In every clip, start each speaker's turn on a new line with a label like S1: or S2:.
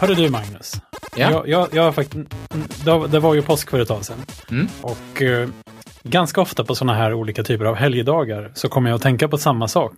S1: Hörru du Magnus.
S2: Ja.
S1: Jag, jag, jag har faktiskt, det det var ju påsk för ett tag sedan.
S2: Mm.
S1: Och eh, ganska ofta på sådana här olika typer av helgdagar så kommer jag att tänka på samma sak.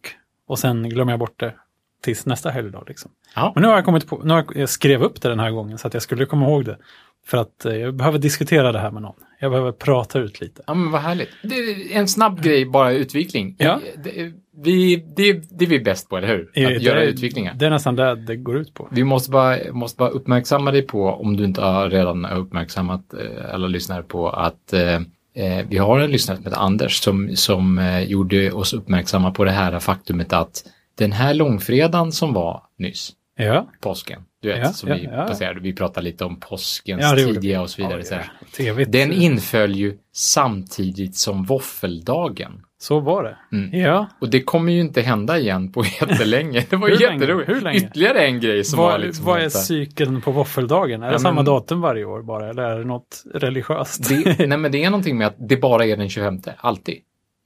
S1: Och sen glömmer jag bort det tills nästa helgdag. Liksom.
S2: Ja.
S1: Men nu har jag kommit på, nu har jag, jag skrev upp det den här gången så att jag skulle komma ihåg det. För att eh, jag behöver diskutera det här med någon. Jag behöver prata ut lite.
S2: Ja, men vad härligt. Det är en snabb grej, bara utvikling.
S1: Mm. Ja.
S2: Det, vi, det, det är vi bäst på, eller hur? Att
S1: Eh,
S2: göra
S1: det,
S2: utviklingar.
S1: Det är nästan det det går ut på.
S2: Vi måste bara, måste bara uppmärksamma dig på, om du inte har redan har uppmärksammat eh, alla lyssnare på, att eh, eh, vi har en lyssnare som heter Anders som, som eh, gjorde oss uppmärksamma på det här faktumet att den här långfredagen som var nyss,
S1: Ja,
S2: påsken, du vet,
S1: Ja,
S2: som
S1: ja,
S2: vi
S1: ja, ja.
S2: passerade, vi pratade lite om påskens
S1: Ja, det gjorde
S2: tidiga och så vidare.
S1: Oj,
S2: så här.
S1: trevligt.
S2: Den inföll ju samtidigt som våffeldagen.
S1: Så var det.
S2: Mm.
S1: Ja,
S2: Och det kommer ju inte hända igen på jättelänge. Det var ju
S1: Hur länge?
S2: jätteroligt.
S1: Hur länge?
S2: Ytterligare en grej som var
S1: Vad,
S2: liksom...
S1: vad är
S2: helt så här-
S1: cykeln på våffeldagen? Är det
S2: men-
S1: samma datum varje år bara eller är det något religiöst?
S2: det, nej men det är någonting med att det bara är den 25, alltid.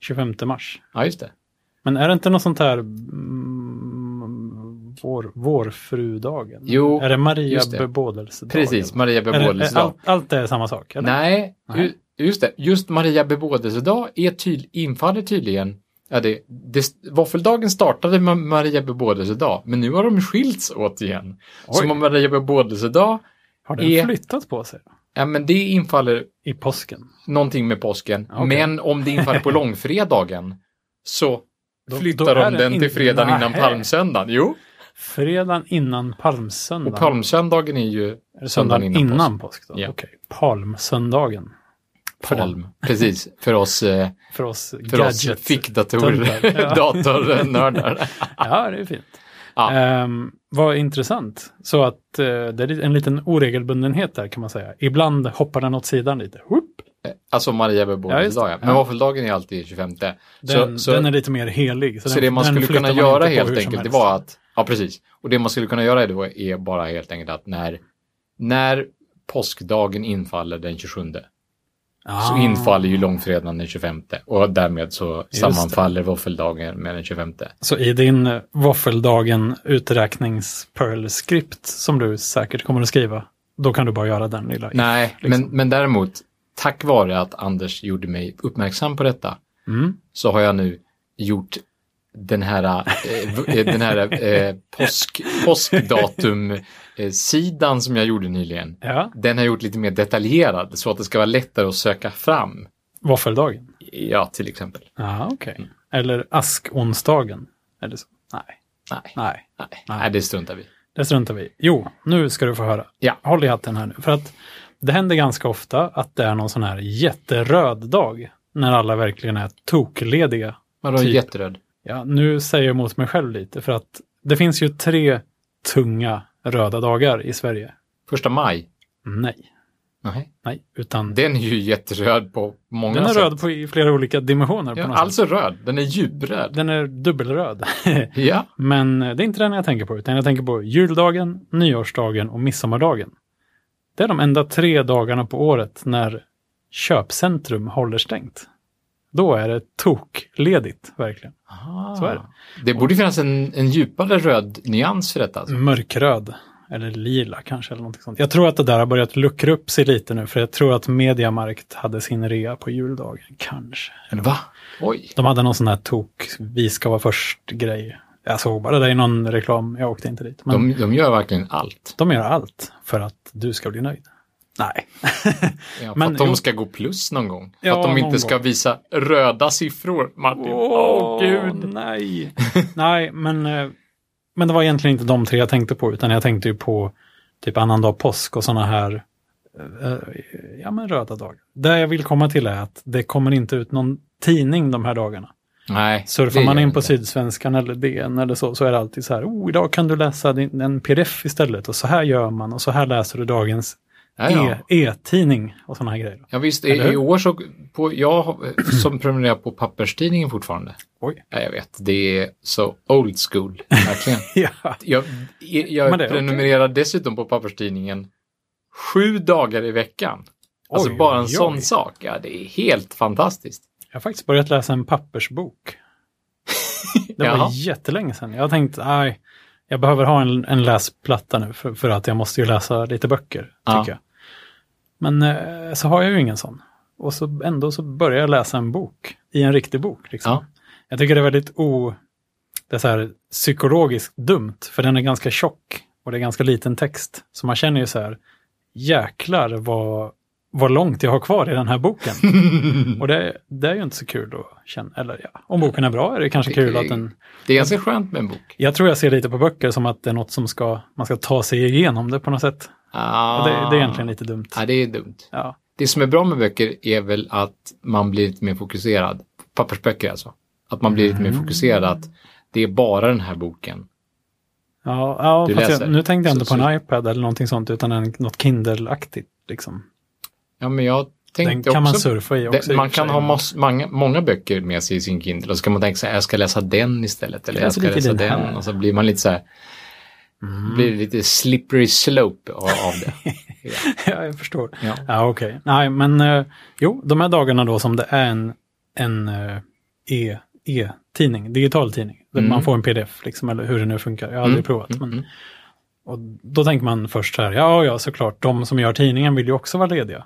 S1: 25 mars.
S2: Ja, just det.
S1: Men är det inte något sånt här mm, vår, vårfrudagen?
S2: Jo,
S1: är det Maria
S2: just det.
S1: bebådelsedagen?
S2: Precis, Maria
S1: Eller,
S2: bebådelsedag.
S1: allt, allt är samma sak? Eller?
S2: Nej,
S1: Nej.
S2: ju- just det. Just Maria bebådelsedag är tyd, infaller tydligen Ja, det, det, våffeldagen startade med Maria bebådelsedag, men nu har de skilts åt igen.
S1: Oj.
S2: Så Maria bebådelsedag,
S1: Har den
S2: är-
S1: flyttat på sig?
S2: ja men det infaller
S1: I påsken?
S2: någonting med påsken.
S1: Okej.
S2: Men om det infaller på långfredagen så
S1: Då-
S2: flyttar
S1: då är
S2: de
S1: den
S2: den till
S1: in-
S2: fredagen innan
S1: Nähä.
S2: palmsöndagen. Jo,
S1: Fredagen innan palmsöndagen?
S2: och palmsöndagen är ju
S1: Är det söndagen innan, påsk? då?
S2: Ja.
S1: Okej. Palmsöndagen. För den-
S2: Palm, precis. För oss, eh,
S1: För oss
S2: för oss
S1: gadget-
S2: fickdatorer,
S1: Ja.
S2: datornördar.
S1: Ja, det är fint.
S2: Ja.
S1: Ehm, vad intressant. Så att eh, det är en liten oregelbundenhet där kan man säga. Ibland hoppar den åt sidan lite. Whoop!
S2: Alltså Maria
S1: Ja,
S2: bebådelsedag,
S1: just det.
S2: ja, ja. Men
S1: Ja.
S2: våffeldagen är alltid 25.
S1: Den,
S2: så,
S1: den
S2: så,
S1: är lite mer helig.
S2: så det
S1: den-
S2: man
S1: den
S2: skulle
S1: flyttar
S2: kunna
S1: man inte
S2: göra
S1: på
S2: helt
S1: hur som
S2: enkelt, det
S1: helst.
S2: var att, ja precis. Och det man skulle kunna göra då är bara helt enkelt att när, när påskdagen infaller den 27 så
S1: Ah,
S2: infaller ju långfredagen den 25 och därmed så
S1: det.
S2: sammanfaller våffeldagen med den 25.
S1: Så i din eh, våffeldagen uträknings-perl-skript som du säkert kommer att skriva, då kan du bara göra den lilla.
S2: Nej,
S1: liksom.
S2: men, men däremot, tack vare att Anders gjorde mig uppmärksam på detta
S1: Mm.
S2: så har jag nu gjort den här, eh, v- eh, den här eh, påsk, påskdatum-sidan som jag gjorde nyligen.
S1: Ja,
S2: Den har jag gjort lite mer detaljerad så att det ska vara lättare att söka fram.
S1: våffeldagen.
S2: Ja, till exempel.
S1: Ja, okej.
S2: Mm.
S1: Eller askonsdagen. Eller så. Nej,
S2: Nej,
S1: nej.
S2: nej, nej det struntar vi
S1: Det struntar vi i. Jo, nu ska du få höra.
S2: Ja.
S1: Håll i hatten här nu. För att det händer ganska ofta att det är någon sån här jätteröd dag när alla verkligen är toklediga.
S2: Vadå
S1: Typ.
S2: jätteröd?
S1: Ja, nu säger jag emot mig själv lite för att det finns ju tre tunga röda dagar i Sverige.
S2: Första maj?
S1: Nej,
S2: Nej.
S1: nej, utan
S2: Den är ju jätteröd på många
S1: den är
S2: sätt.
S1: röd på, i flera olika dimensioner. på
S2: Ja,
S1: något sätt.
S2: alltså röd, den är djupröd.
S1: Den är dubbelröd.
S2: Ja,
S1: Men det är inte den jag tänker på, utan jag tänker på juldagen, nyårsdagen och midsommardagen. Det är de enda tre dagarna på året när köpcentrum håller stängt. Då är det tokledigt, verkligen.
S2: Ah.
S1: Så är det.
S2: Det borde finnas en, en djupare röd nyans för detta.
S1: Mm.
S2: Alltså.
S1: Mörkröd, eller lila kanske, eller någonting sånt. Jag tror att det där har börjat luckra upp sig lite nu, för jag tror att Mediamarkt hade sin rea på juldagen, kanske.
S2: Va? Oj.
S1: De hade någon sån här tok, vi ska vara först-grej. Jag såg bara det i någon reklam, jag åkte inte dit. Men...
S2: De, de gör verkligen allt.
S1: De gör allt för att du ska bli nöjd. Nej.
S2: Ja, för
S1: Men-
S2: att de
S1: jo.
S2: ska gå plus någon gång. För
S1: Ja,
S2: att de
S1: någon
S2: inte ska
S1: gång.
S2: visa röda siffror, Martin. Åh, gud.
S1: Nej. nej, men, eh, men det var egentligen inte de tre jag tänkte på, utan jag tänkte ju på typ annandag påsk och sådana här eh, ja, men röda dagar. Det jag vill komma till är att det kommer inte ut någon tidning de här dagarna.
S2: Nej,
S1: Surfar
S2: det
S1: man
S2: gör
S1: in på
S2: inte.
S1: Sydsvenskan eller DN eller så, så är det alltid så här, oh, idag kan du läsa din, en pdf istället och så här gör man och så här läser du dagens
S2: Ja, ja.
S1: E- e-tidning och sådana här grejer.
S2: ja visst,
S1: Eller
S2: i,
S1: hur?
S2: i år så, på, jag har- eh, som prenumererar på papperstidningen fortfarande.
S1: Oj.
S2: Ja, jag vet, det är så old school, verkligen.
S1: Ja.
S2: Jag, jag
S1: Men det är okej.
S2: prenumererar dessutom på papperstidningen sju dagar i veckan. Alltså
S1: Oj,
S2: bara en
S1: oj,
S2: sån
S1: oj.
S2: sak. Ja, det är helt fantastiskt.
S1: Jag har faktiskt börjat läsa en pappersbok. Det var
S2: Jaha.
S1: jättelänge sedan. Jag har tänkt, nej, jag behöver ha en, en läsplatta nu för, för att jag måste ju läsa lite böcker,
S2: Ja.
S1: tycker jag. Men eh, så har jag ju ingen sån. Och så ändå så börjar jag läsa en bok, i en riktig bok. Liksom.
S2: Ja.
S1: Jag tycker det är väldigt o... Det är så här psykologiskt dumt, för den är ganska tjock och det är ganska liten text. Så man känner ju så här, jäklar vad, vad långt jag har kvar i den här boken. och det, det är ju inte så kul att känna, eller ja, om boken är bra är det kanske kul att den...
S2: Det är ganska skönt med en bok.
S1: Jag tror jag ser lite på böcker som att det är något som ska, man ska ta sig igenom det på något sätt.
S2: Ah.
S1: Och det, det är egentligen lite dumt.
S2: Ja, det är dumt.
S1: Ja,
S2: Det som är bra med böcker är väl att man blir lite mer fokuserad. Pappersböcker alltså. Att man blir lite
S1: Mm.
S2: mer fokuserad att det är bara den här boken.
S1: ja, ja
S2: Du
S1: fast
S2: läser.
S1: jag, nu tänkte jag inte
S2: Så-
S1: på en iPad eller någonting sånt, utan en, något Kindle-aktigt. Liksom.
S2: Ja, men jag tänkte
S1: Den kan man
S2: också...
S1: surfa i
S2: det-
S1: också. i och
S2: man
S1: för
S2: kan
S1: sig.
S2: ha mass, många, många böcker med sig i sin Kindle och så kan man tänka sig jag ska läsa den istället eller
S1: Jag
S2: jag
S1: läser
S2: ska
S1: lite
S2: läsa
S1: den
S2: den.
S1: här. Mm.
S2: Och så blir man lite så här, blir det lite slippery slope av, av det.
S1: ja, jag förstår.
S2: Ja.
S1: Ja, okej. Nej, men eh, jo, de här dagarna då som det är en, en eh, e, e-tidning, digital tidning, där
S2: Mm.
S1: man får en pdf, liksom, eller hur det nu funkar. Jag har aldrig
S2: Mm.
S1: provat. Men,
S2: Mm.
S1: Och då tänker man först så här, ja, ja, såklart, de som gör tidningen vill ju också vara lediga.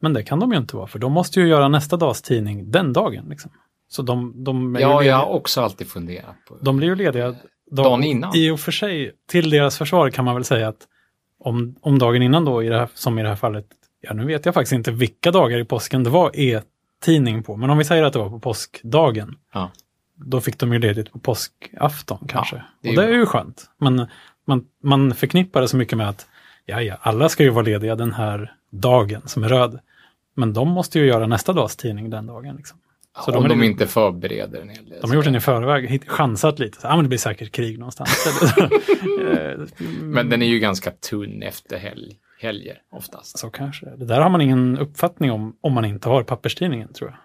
S1: Men det kan de ju inte vara, för de måste ju göra nästa dags tidning den dagen. Liksom. Så de, de, är ju
S2: ja,
S1: lediga,
S2: jag har också alltid funderat på det.
S1: de blir ju lediga de,
S2: Dagen innan.
S1: I och för sig, till deras försvar kan man väl säga att om, om dagen innan då, i det här, som i det här fallet, ja nu vet jag faktiskt inte vilka dagar i påsken det var e-tidning på, men om vi säger att det var på påskdagen,
S2: Ja.
S1: då fick de ju ledigt på påskafton kanske.
S2: det är
S1: och
S2: ju
S1: det är
S2: bra.
S1: ju skönt, men man, man förknippar det så mycket med att ja, ja, alla ska ju vara lediga den här dagen som är röd, men de måste ju göra nästa dags tidning den dagen. Liksom.
S2: Ja,
S1: så de
S2: om
S1: är
S2: de
S1: ju-
S2: inte förbereder en hel del.
S1: De har gjort den i förväg, hit- chansat lite. Så, ah, men det blir säkert krig någonstans. Eller så. Eh,
S2: Men den är ju ganska tunn efter helg, helger oftast.
S1: så kanske. det är. Det där har man ingen uppfattning om, om man inte har papperstidningen tror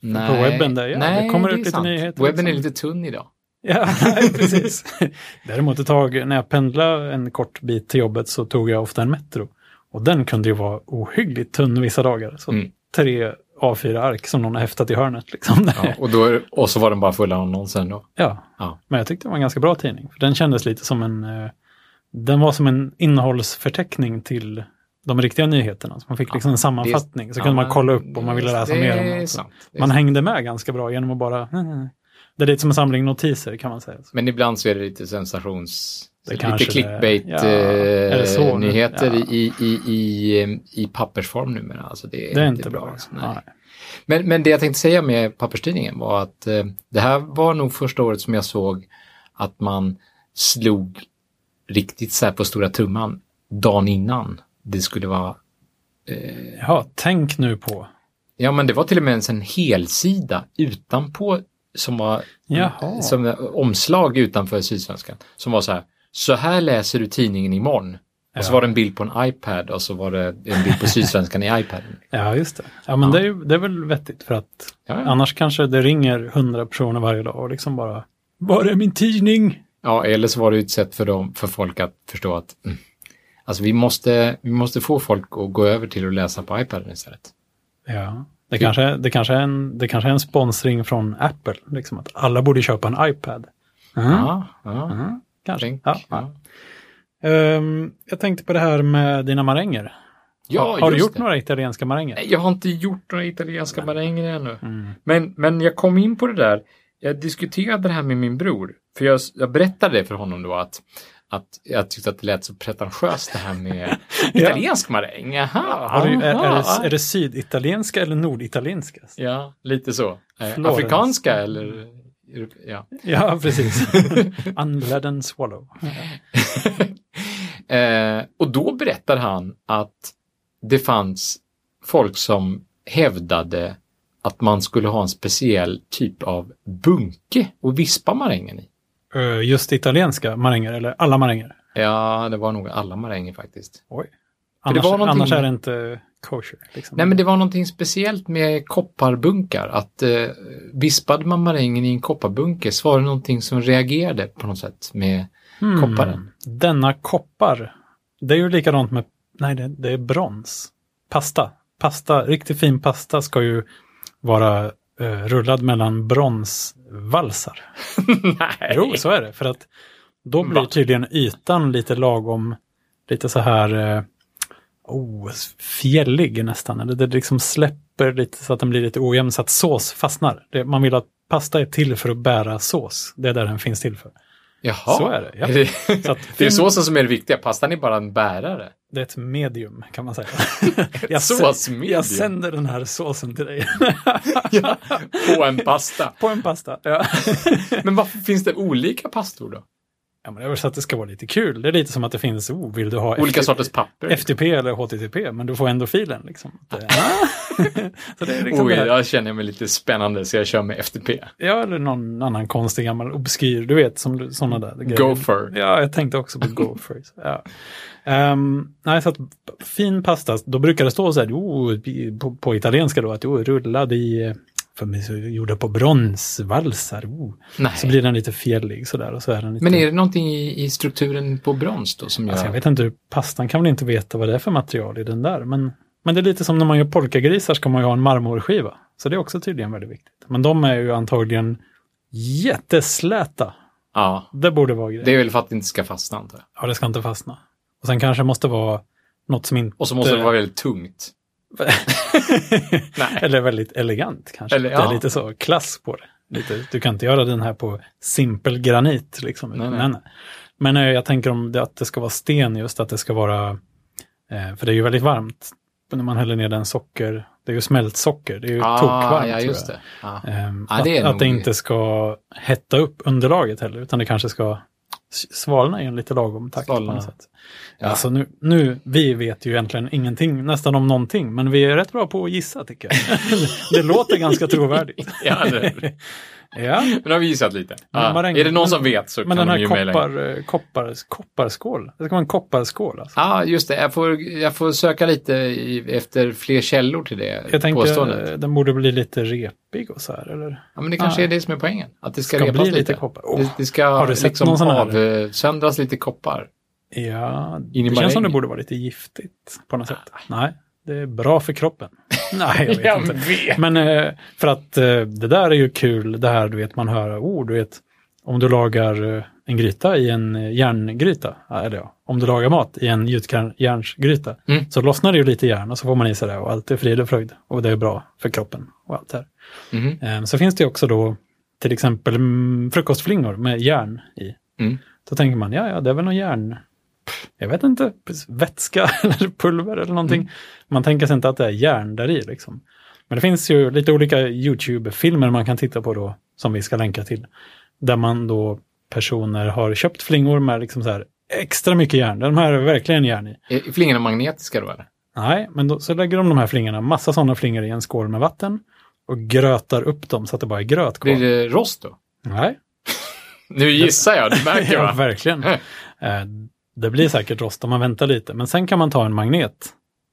S1: jag. På webben där, ja,
S2: Nej,
S1: det kommer
S2: är
S1: ut lite
S2: sant.
S1: nyheter
S2: Webben är
S1: liksom.
S2: lite tunn idag.
S1: Ja, nej, precis. Däremot ett tag när jag pendlade en kort bit till jobbet så tog jag ofta en Metro. Och den kunde ju vara ohyggligt tunn vissa dagar. Så
S2: Mm.
S1: tre A4-ark som någon har häftat i hörnet. Liksom.
S2: Ja, och, då, är- och så var den bara full av annonsen då.
S1: Ja.
S2: Ja.
S1: men jag tyckte det var en ganska bra tidning. För den kändes lite som en, eh, den var som en innehållsförteckning till de riktiga nyheterna. Så man fick liksom en sammanfattning, så kunde man kolla upp om man ville läsa
S2: det,
S1: mer. om
S2: Det är
S1: något.
S2: sant. Det är
S1: Man
S2: sant.
S1: hängde med ganska bra genom att bara... Det är lite som en samling notiser kan man säga. Så
S2: Men ibland så är det lite sensations...
S1: Det kanske
S2: lite
S1: det- ja, är det så nu?
S2: clickbait-nyheter
S1: Ja.
S2: i, i, i, i pappersform numera. Alltså det, är
S1: det är inte bra.
S2: alltså.
S1: Nej.
S2: Nej. Men, men det jag tänkte säga med papperstidningen var att eh, det här var nog första året som jag såg att man slog riktigt så här på stora tumman dagen innan det skulle vara.
S1: Jaha, tänk nu på...
S2: Ja, men det var till och med ens en helsida utanpå som var
S1: Jaha.
S2: som eh, omslag utanför Sydsvenskan som var så här. Så här läser du tidningen imorgon. Och så
S1: Ja.
S2: var det en bild på en iPad och så var det en bild på Sydsvenskan i iPaden.
S1: Ja, just det. Ja, men
S2: Ja.
S1: Det, är, ju- det är väl vettigt för att
S2: Ja, ja.
S1: annars kanske det ringer hundra personer varje dag och liksom bara... Var är min tidning?
S2: Ja, eller så var det ett sätt för, dem, för folk att förstå att mm, alltså vi, måste, vi måste få folk att gå över till att läsa på iPaden istället.
S1: Ja, det kanske, det, kanske är en, det kanske är en sponsring från Apple, liksom att alla borde köpa en iPad. Mm,
S2: Ja, ja,
S1: mm, kanske.
S2: tänk,
S1: Ja, ja. Ehm, jag tänkte på det här med dina maränger.
S2: ja
S1: har har du
S2: just
S1: gjort
S2: det.
S1: några italienska maränger? Mm.
S2: Nej, jag har inte gjort några italienska maränger ännu. Men, men jag kom in på det där, jag diskuterade det här med min bror, för jag, jag berättade det för honom då att, att jag tyckte att det lät så pretentiöst det här med italiensk maräng. Jaha,
S1: Har du, är, är,
S2: Ah, aha.
S1: det, är det syditalienska eller norditalienska?
S2: Ja, lite så. Eh,
S1: Florens.
S2: Afrikanska eller... europe- Ja.
S1: Ja, precis. Unleaden swallow.
S2: Eh, och då berättar han att det fanns folk som hävdade att man skulle ha en speciell typ av bunke och vispa marängen i.
S1: Eh, Just italienska maränger, eller alla maränger?
S2: Ja, det var nog alla maränger faktiskt.
S1: Oj.
S2: det
S1: Annars,
S2: var någonting-
S1: annars är det inte kosher. Liksom.
S2: Nej, men det var någonting speciellt med kopparbunkar, att eh, vispade man marängen i en kopparbunke så var det någonting som reagerade på något sätt med
S1: Hmm.
S2: kopparen.
S1: Denna koppar, det är ju likadant med, nej det, det är brons. Pasta, pasta, riktigt fin pasta ska ju vara eh, rullad mellan bronsvalsar.
S2: Nej.
S1: Jo, så är det. För att Då blir
S2: Va?
S1: tydligen ytan lite lagom, lite så här eh, oh, fjällig nästan. Eller det liksom släpper lite så att den blir lite ojämn så att sås fastnar. Det, man vill att pasta är till för att bära sås. Det är där den finns till för.
S2: Jaha.
S1: Så är det, ja.
S2: det,
S1: Så att
S2: det
S1: fin-
S2: är såsen som är det viktiga, pastan är bara en bärare.
S1: Det är ett medium kan man säga.
S2: Såsmedium.
S1: jag sänder den här såsen till dig
S2: Ja, på en pasta.
S1: på en pasta. Ja.
S2: Men varför finns det olika pastor då?
S1: Ja, men det är väl så att det ska vara lite kul. Det är lite som att det finns, oh, vill du ha
S2: Olika
S1: FTP
S2: sorters papper?
S1: FTP eller HTTP, men du får ändå filen. Liksom. Det- så det är liksom
S2: Ah. Oj,
S1: det här.
S2: jag känner mig lite spännande så jag kör med FTP.
S1: Ja, eller någon annan konstig gammal obskyr, du vet, som du- sådana där grejer.
S2: Gopher.
S1: Ja, jag tänkte också på Gopher. ja. Ehm, nej, så att fin pasta, då brukar det stå så här, jo, på, på italienska då, att jo, rullad i, eh, för mig, så gjorda på bronsvalsar. Oh.
S2: Nej.
S1: Så blir den lite fjällig sådär och så är den lite...
S2: Men är det någonting i, i strukturen på brons då som gör...
S1: Alltså jag vet inte, hur- pastan kan väl inte veta vad det är för material i den där. Men, men det är lite som när man gör polkagrisar ska man ju ha en marmorskiva. Så det är också tydligen väldigt viktigt. Men de är ju antagligen jättesläta.
S2: Ja,
S1: Det borde vara grejen.
S2: det är väl för att det inte ska fastna antar jag.
S1: Ja, det ska inte fastna. Och sen kanske det måste vara något som inte...
S2: Och så måste det vara väldigt tungt. Nej.
S1: Eller väldigt elegant kanske.
S2: Eller-
S1: Det
S2: ja.
S1: är lite så klass på det. Lite, du kan inte göra den här på simpel granit. Liksom.
S2: Nej, nej.
S1: Men, men eh, jag tänker om det, att det ska vara sten just, att det ska vara... Eh, för det är ju väldigt varmt när man häller ner den socker. Det är ju smältsocker, det är ju
S2: ah,
S1: tokvarmt.
S2: ja,
S1: tror
S2: just
S1: jag.
S2: det. Ah. Ja.
S1: Ehm,
S2: Ja, det är
S1: att, att det
S2: nog-
S1: inte ska hetta upp underlaget heller, utan det kanske ska s- svalna i en lite lagom takt. På
S2: Svalna.
S1: något sätt.
S2: Ja.
S1: Alltså nu, nu, vi vet ju egentligen ingenting, nästan om någonting, men vi är rätt bra på att gissa tycker jag. det låter ganska trovärdigt.
S2: Ja, det-
S1: ja,
S2: Men då har vi gissat lite.
S1: Men
S2: Ja.
S1: maräng-
S2: Är det någon
S1: men-
S2: som vet så
S1: men
S2: kan
S1: den
S2: de ju
S1: här
S2: mejla in. Ja,
S1: koppar, eh, koppar, kopparskål, det ska vara en kopparskål. Alltså.
S2: ah, just det. Jag får, jag får söka lite i, efter fler källor till det
S1: Jag tänkte
S2: Ah, påståendet.
S1: eh, den borde bli lite repig och så här, eller?
S2: Ja, men det kanske
S1: Ah.
S2: är det som är poängen. Att det ska,
S1: Ska
S2: repas
S1: bli
S2: lite.
S1: lite koppar. Oh.
S2: Det, det ska
S1: Har du sett
S2: liksom
S1: någon sån här?
S2: avsöndras lite koppar.
S1: Ja,
S2: In i Ah.
S1: det känns som det
S2: marängen.
S1: borde vara lite giftigt på något sätt. Nej, det är bra för kroppen. Nej, jag vet inte.
S2: vet.
S1: Men eh, för att eh, det där är ju kul, det här du vet man hör, oh, du vet, om du lagar eh, en gryta i en eh, järngryta, ja, eller ja, om du lagar mat i en gjutjärn- järnsgryta,
S2: Mm.
S1: så lossnar det ju lite järn och så får man i sig det och allt är frid och fröjd och det är bra för kroppen och allt det här.
S2: Mhm.
S1: Eh, Så finns det ju också då till exempel mm, frukostflingor med järn i.
S2: Mm.
S1: Då tänker man, ja, ja, det är väl någon järn, jag vet inte, vätska eller pulver eller någonting. Man tänker sig inte att det är järn där i liksom. Men det finns ju lite olika YouTube-filmer man kan titta på då, som vi ska länka till. Där man då personer har köpt flingor med liksom så här extra mycket järn. De här är verkligen järn i.
S2: Är flingorna magnetiska då eller?
S1: Nej, men då, så lägger de de här flingorna, massa sådana flingor i en skål med vatten och grötar upp dem så att det bara är gröt kvar.
S2: Blir det rost då?
S1: Nej,
S2: Nu gissar jag, du märker
S1: ja,
S2: va?
S1: verkligen. Eh, Det blir säkert rost om man väntar lite, men sen kan man ta en magnet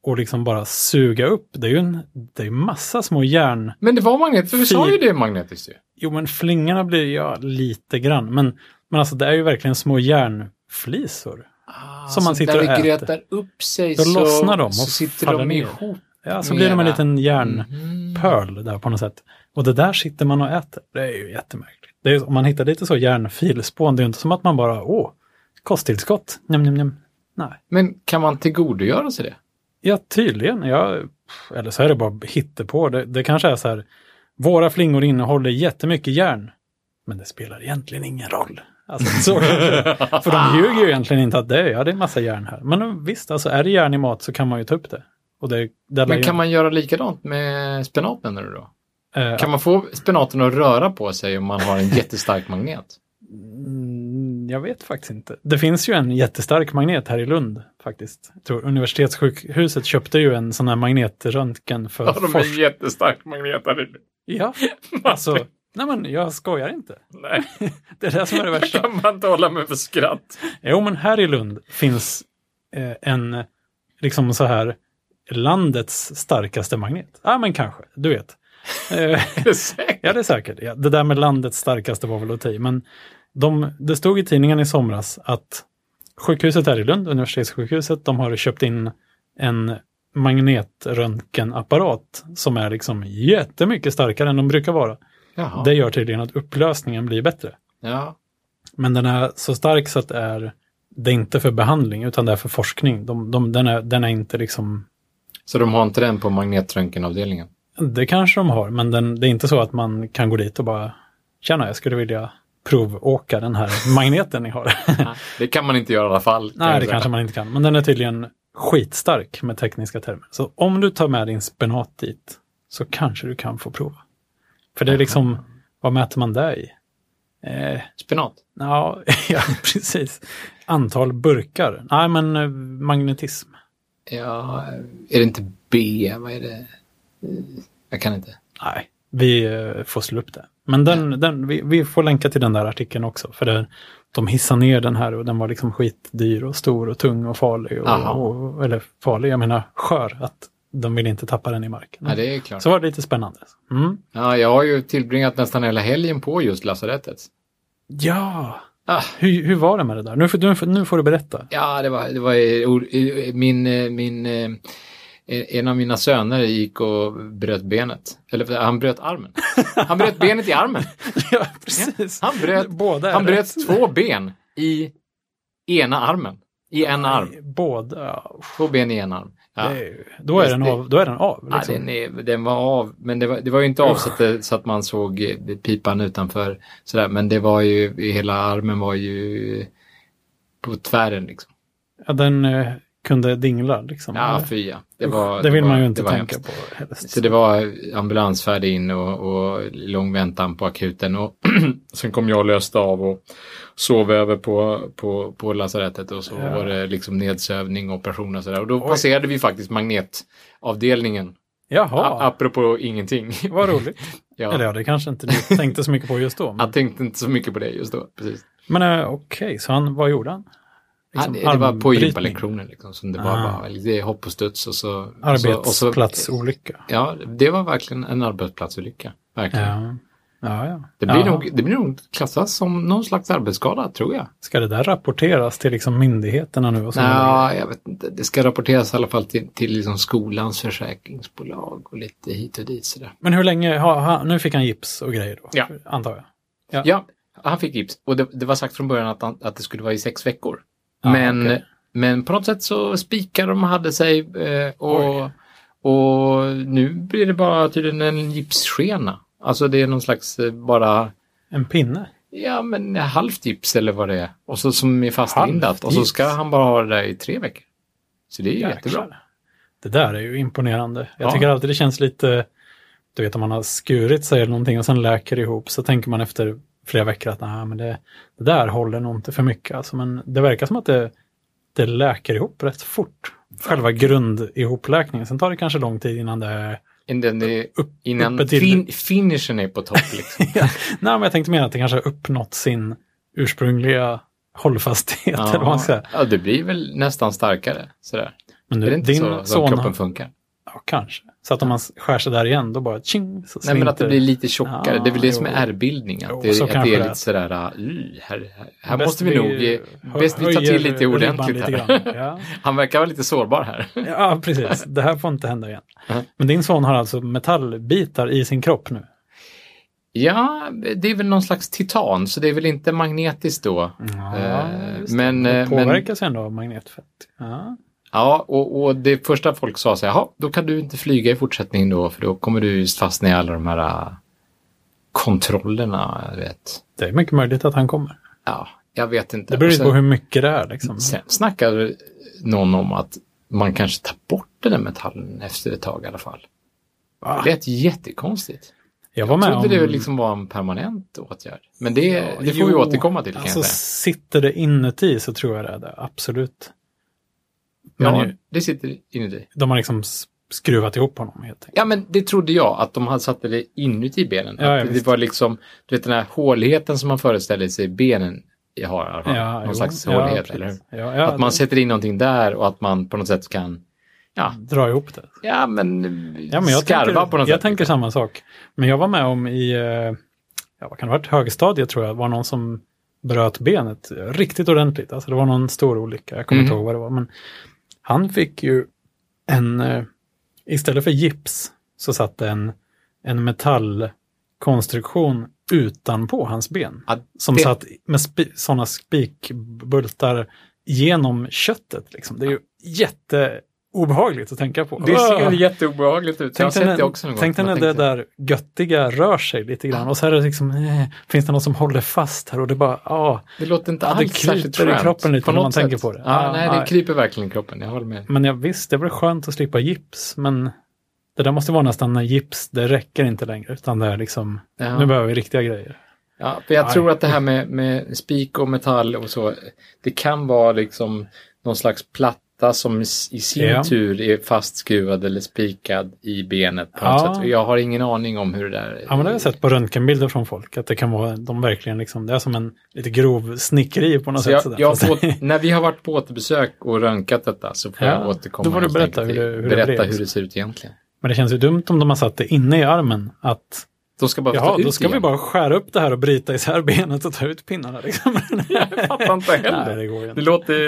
S1: och liksom bara suga upp. Det är ju en, det är massa små järn.
S2: Men det var magnetiskt, för vi sa ju det är magnetiskt ju.
S1: Jo, men flingorna blir ja, lite grann, men, men alltså det är ju verkligen små järnflisor.
S2: Ah,
S1: Som man
S2: så
S1: sitter
S2: när
S1: och
S2: det
S1: äter.
S2: grötar upp sig
S1: Då
S2: så,
S1: lossnar de och
S2: så sitter
S1: faller
S2: de
S1: ner.
S2: ihop.
S1: Ja, så blir de en
S2: Mera.
S1: liten järn...
S2: Mm.
S1: pöl där på något sätt. Och det där sitter man och äter. Det är ju jättemärkligt. Det är, ju- om man hittar lite så järnfilspån, det är ju inte som att man bara, åh, kosttillskott, njam, njam, njam. Nej.
S2: Men kan man tillgodogöra sig det?
S1: Ja, tydligen. Ja, pff, eller så är det bara hittepå. Det, det kanske är så här, våra flingor innehåller jättemycket järn, men det spelar egentligen ingen roll. Alltså, så kanske det är. För
S2: Ah.
S1: de ljuger ju egentligen inte att det är, ja, det är massa järn här. Men visst, alltså är det järn i mat så kan man ju ta upp det. Och det, det
S2: Men kan man göra likadant med spenat menar du då?
S1: man,
S2: Kan man få spenaten att röra på sig om man har en jättestark magnet?
S1: Mm, Jag vet faktiskt inte. Det finns ju en jättestark magnet här i Lund faktiskt. Jag tror universitetssjukhuset köpte ju en sån här magnetröntgen för forsk-
S2: jättestark magnet.
S1: Ja, alltså, nej men jag skojar inte.
S2: Nej,
S1: Det är det som är det värsta.
S2: man inte hålla mig för skratt.
S1: Jo, men här i Lund finns eh, en, liksom så här, landets starkaste magnet. Ja, men kanske, du vet. Eh,
S2: Är det säkert?
S1: Ja, det är säkert. Ja, det där med landets starkaste var väl att ta i, men de, det stod i tidningen i somras att sjukhuset här i Lund, universitetssjukhuset, de har köpt in en magnetröntgenapparat som är liksom jättemycket starkare än de brukar vara.
S2: Jaha.
S1: Det gör tydligen att upplösningen blir bättre.
S2: Ja.
S1: Men den är så stark så att det är, det är inte för behandling utan det är för forskning. De, de, den, är, den är inte liksom,
S2: Så de har inte den på magnetröntgenavdelningen?
S1: det kanske de har, men den, det är inte så att man kan gå dit och bara, tjena jag skulle vilja provåka den här magneten ni har.
S2: det kan man inte göra i alla fall. kan
S1: Nej,
S2: jag
S1: det
S2: säga.
S1: kanske man inte kan, men den är tydligen skitstark med tekniska termer. Så om du tar med din spenat dit så kanske du kan få prova. För det är liksom, vad mäter man där i? Eh,
S2: Spenat?
S1: Ja, ja precis. Antal burkar. Nej, men eh, magnetism.
S2: Ja, är det inte B? Vad är det? Eh, Jag kan inte.
S1: Nej, vi eh, får slå upp det. Men den, den, vi, vi får länka till den där artikeln också. För det, de hissade ner den här och den var liksom skitdyr och stor och tung och farlig.
S2: Aha.
S1: Och, och, eller farlig, jag menar skör. Att de ville inte tappa den i marken.
S2: Ja, det är klart.
S1: Så var det lite spännande. Mm.
S2: Ja, jag har ju tillbringat nästan hela helgen på just lasarettet.
S1: Ja,
S2: Ah,
S1: hur, hur var det med det där? Nu får, nu får, nu får du berätta.
S2: ja, det var, det var eh, or- eh, min, eh, min, eh, en av mina söner gick och bröt benet. Eller han bröt armen. Han bröt benet i armen.
S1: ja, precis.
S2: Han bröt,
S1: Båda är
S2: han
S1: rätt.
S2: bröt två ben i ena armen. I en arm.
S1: Båda, ja,
S2: Två ben i en arm. Ja.
S1: Det är, ju- då, är
S2: Just
S1: den
S2: det.
S1: av, då är den av.
S2: Ja,
S1: Liksom.
S2: den, är, den var av, men det var, det var ju inte av så att, det, så att man såg eh, pipan utanför. Sådär. Men det var ju, hela armen var ju på tvären liksom.
S1: ja, den eh, kunde dingla. Liksom.
S2: Ja,
S1: Eller?
S2: fy ja. Det,
S1: Usch,
S2: var,
S1: det, vill
S2: var-
S1: man ju inte
S2: det var
S1: tänka
S2: hemskt.
S1: på helst.
S2: Så det var ambulansfärd in och, och lång väntan på akuten. Och sen kom jag och löste av och sov över på, på, på lasarettet och så
S1: Ja.
S2: var det liksom nedsövning och operation och sådär. Och då
S1: Oj.
S2: passerade vi faktiskt magnetavdelningen. A-
S1: Jaha,
S2: apropå ingenting.
S1: vad roligt.
S2: Ja.
S1: Eller ja, det kanske inte ni tänkte så mycket på just då. Men,
S2: Jag tänkte inte så mycket på det just då. Precis.
S1: men eh, okej, så han, vad gjorde han? Liksom
S2: ja, det, det var på
S1: armbrytning.
S2: gympalektioner liksom, som det var
S1: Ah.
S2: bara lite hopp och studs och så... och så- och så-
S1: Arbetsplatsolycka.
S2: Ja, det var verkligen en arbetsplatsolycka. Verkligen.
S1: Ja. Ja, ja.
S2: Det, blir
S1: ja.
S2: nog, det blir nog klassas som någon slags arbetsskada, tror jag.
S1: Ska det där rapporteras till liksom myndigheterna nu? Och såna grejer?
S2: Nej, jag vet inte. Det ska rapporteras i alla fall till, till liksom skolans försäkringsbolag och lite hit och dit sådär.
S1: Men hur länge, ha, ha, nu fick han gips och grejer då,
S2: Ja.
S1: antar jag.
S2: Ja, han fick gips. Och det, det var sagt från början att, han, att det skulle vara i sex veckor.
S1: Ja,
S2: men,
S1: okej.
S2: men på något sätt så spikade de och hade sig eh, och, och nu blir det bara tydligen en gipsskena. Alltså det är någon slags eh, bara,
S1: En pinne?
S2: ja men halvt gips eller vad det är. Och så som är fastlindat
S1: Halvt
S2: och så ska
S1: gips?
S2: han bara ha det där i tre veckor. Så det är jättebra.
S1: Jäklar. Det där är ju imponerande. Jag
S2: Ja.
S1: tycker alltid det känns lite, du vet om man har skurit sig eller någonting och sen läker det ihop så tänker man efter flera veckor att nej, men det, det där håller nog inte för mycket. Alltså, men det verkar som att det, det läker ihop rätt fort. Själva grundihopläkningen. Sen tar det kanske lång tid innan det är...
S2: Innan, det- innan
S1: uppe till-
S2: fin, finishen är på topp liksom.
S1: Nej, men jag tänkte mer att det kanske har uppnått sin ursprungliga hållfasthet. Eller vad man ska säga.
S2: ja, det blir väl nästan starkare sådär.
S1: Men
S2: Är det
S1: nu,
S2: inte
S1: din
S2: så, så
S1: son, har,
S2: kroppen funkar?
S1: ja, kanske. Så att om man skär sig där igen, då bara tjing, så
S2: Nej, men att det
S1: slinter-
S2: blir lite tjockare. det är väl det som är
S1: jo.
S2: ärrbildning. Att
S1: Jo,
S2: det,
S1: så
S2: att
S1: kanske
S2: det är
S1: det är.
S2: lite sådär, uh, "Uy, här, här, här
S1: Bäst
S2: måste vi nog, eh,
S1: hö-
S2: bäst vi tar
S1: höjer
S2: till lite
S1: ribban
S2: ordentligt
S1: lite
S2: här.
S1: grann. Ja.
S2: Han verkar vara lite sårbar här.
S1: ja, precis. Det här får inte hända igen.
S2: Nej.
S1: Men din son har alltså metallbitar i sin kropp nu?
S2: Ja, det är väl någon slags titan, så det är väl inte magnetiskt då. Eh,
S1: just det.
S2: men,
S1: det
S2: eh, men
S1: påverkas ändå av magnetfält. Ja.
S2: ja, och, och det första folk sa så här, "Jaha, då kan du inte flyga i fortsättningen då, för då kommer du just fastna i alla de här eh, kontrollerna, jag vet.
S1: Det är mycket möjligt att han kommer.
S2: Ja, jag vet inte.
S1: Det beror
S2: Och
S1: ju
S2: sen- Mm,
S1: på hur mycket det är. Liksom.
S2: Sen snackar någon om att man kanske tar bort den där metallen efter ett tag i alla fall.
S1: Va?
S2: Det lät jättekonstigt.
S1: Ah, Jag var med
S2: Jag trodde det
S1: om...
S2: liksom var en permanent åtgärd. Men det,
S1: Ja,
S2: det får vi
S1: jo.
S2: återkomma till kan
S1: Alltså,
S2: jag säga.
S1: sitter det inuti så tror jag det är det, absolut. Men
S2: Ja,
S1: ju,
S2: det sitter inuti.
S1: de har liksom s- skruvat ihop honom helt enkelt.
S2: Ja, men det trodde jag att de hade satt det inuti benen.
S1: Ja, ja,
S2: att det
S1: visst.
S2: var liksom, du vet den här håligheten som man föreställer sig benen har. i alla fall. Någon
S1: jo,
S2: slags
S1: ja,
S2: hålighet,
S1: precis.
S2: eller hur?
S1: Ja, ja,
S2: Att man sätter in någonting där och att man på något sätt kan, ja,
S1: dra ihop det.
S2: ja men,
S1: Ja, men jag
S2: skarva
S1: tänker,
S2: på något
S1: jag
S2: sätt. liksom.
S1: tänker samma sak. Men jag var med om i, eh, ja, vad kan det ha varit, högstadiet tror jag, var någon som bröt benet riktigt ordentligt. Alltså det var någon stor olycka, jag kommer
S2: Mhm.
S1: inte ihåg vad det var. Men han fick ju en, eh, istället för gips så satt det en, en metall konstruktion utanpå hans ben.
S2: Ja,
S1: som
S2: det-
S1: satt med spi- sådana spikbultar genom köttet. Liksom. Det är ju jätteobehagligt att tänka på.
S2: Det ser
S1: Öh!
S2: jätteobehagligt ut. Jag har
S1: Tänk dig
S2: sett
S1: när,
S2: det också någon gång.
S1: tänk dig när
S2: Jag
S1: det
S2: tänkte,
S1: där göttiga rör sig lite grann och så här är det liksom, eh, finns det någon som håller fast här och det bara, ja.
S2: det låter inte
S1: Ja, det
S2: alls
S1: kryper
S2: särskilt
S1: i
S2: skönt.
S1: kroppen lite när man
S2: något
S1: tänker
S2: sätt.
S1: på det.
S2: Ja,
S1: Ja,
S2: nej, det
S1: nej.
S2: kryper verkligen i kroppen. Jag håller med.
S1: Men jag visst, det vore skönt att slippa gips, men det där måste vara nästan när gips, det räcker inte längre, utan det är liksom,
S2: Ja.
S1: nu behöver vi riktiga grejer.
S2: Ja, för jag
S1: Nej.
S2: tror att det här med, med spik och metall och så, det kan vara liksom någon slags platta som i s- i sin
S1: Ja.
S2: tur är fastskruvad eller spikad i benet på
S1: Ja.
S2: något sätt. Och Jag har ingen aning om hur det där...
S1: Ja, men det har jag sett på röntgenbilder från folk, att det kan vara, de verkligen liksom, det är som en lite grov snickeri på något
S2: Så
S1: sätt.
S2: jag,
S1: sådär.
S2: jag har
S1: Fast-
S2: fått, när vi har varit på återbesök och röntgat detta så får
S1: Ja,
S2: jag återkomma.
S1: då får du
S2: helt
S1: berätta
S2: enkelt.
S1: hur det- hur det
S2: berätta
S1: blev.
S2: hur det ser ut egentligen.
S1: men det känns ju dumt om de har satt det inne i armen, att
S2: De ska bara få
S1: Jaha,
S2: ta ut
S1: då ska vi
S2: igen.
S1: bara skära upp det här och bryta isär benet och ta ut pinnarna. Liksom.
S2: Jag fattar inte
S1: Nej,
S2: heller.
S1: det går ju
S2: Det
S1: inte.
S2: låter...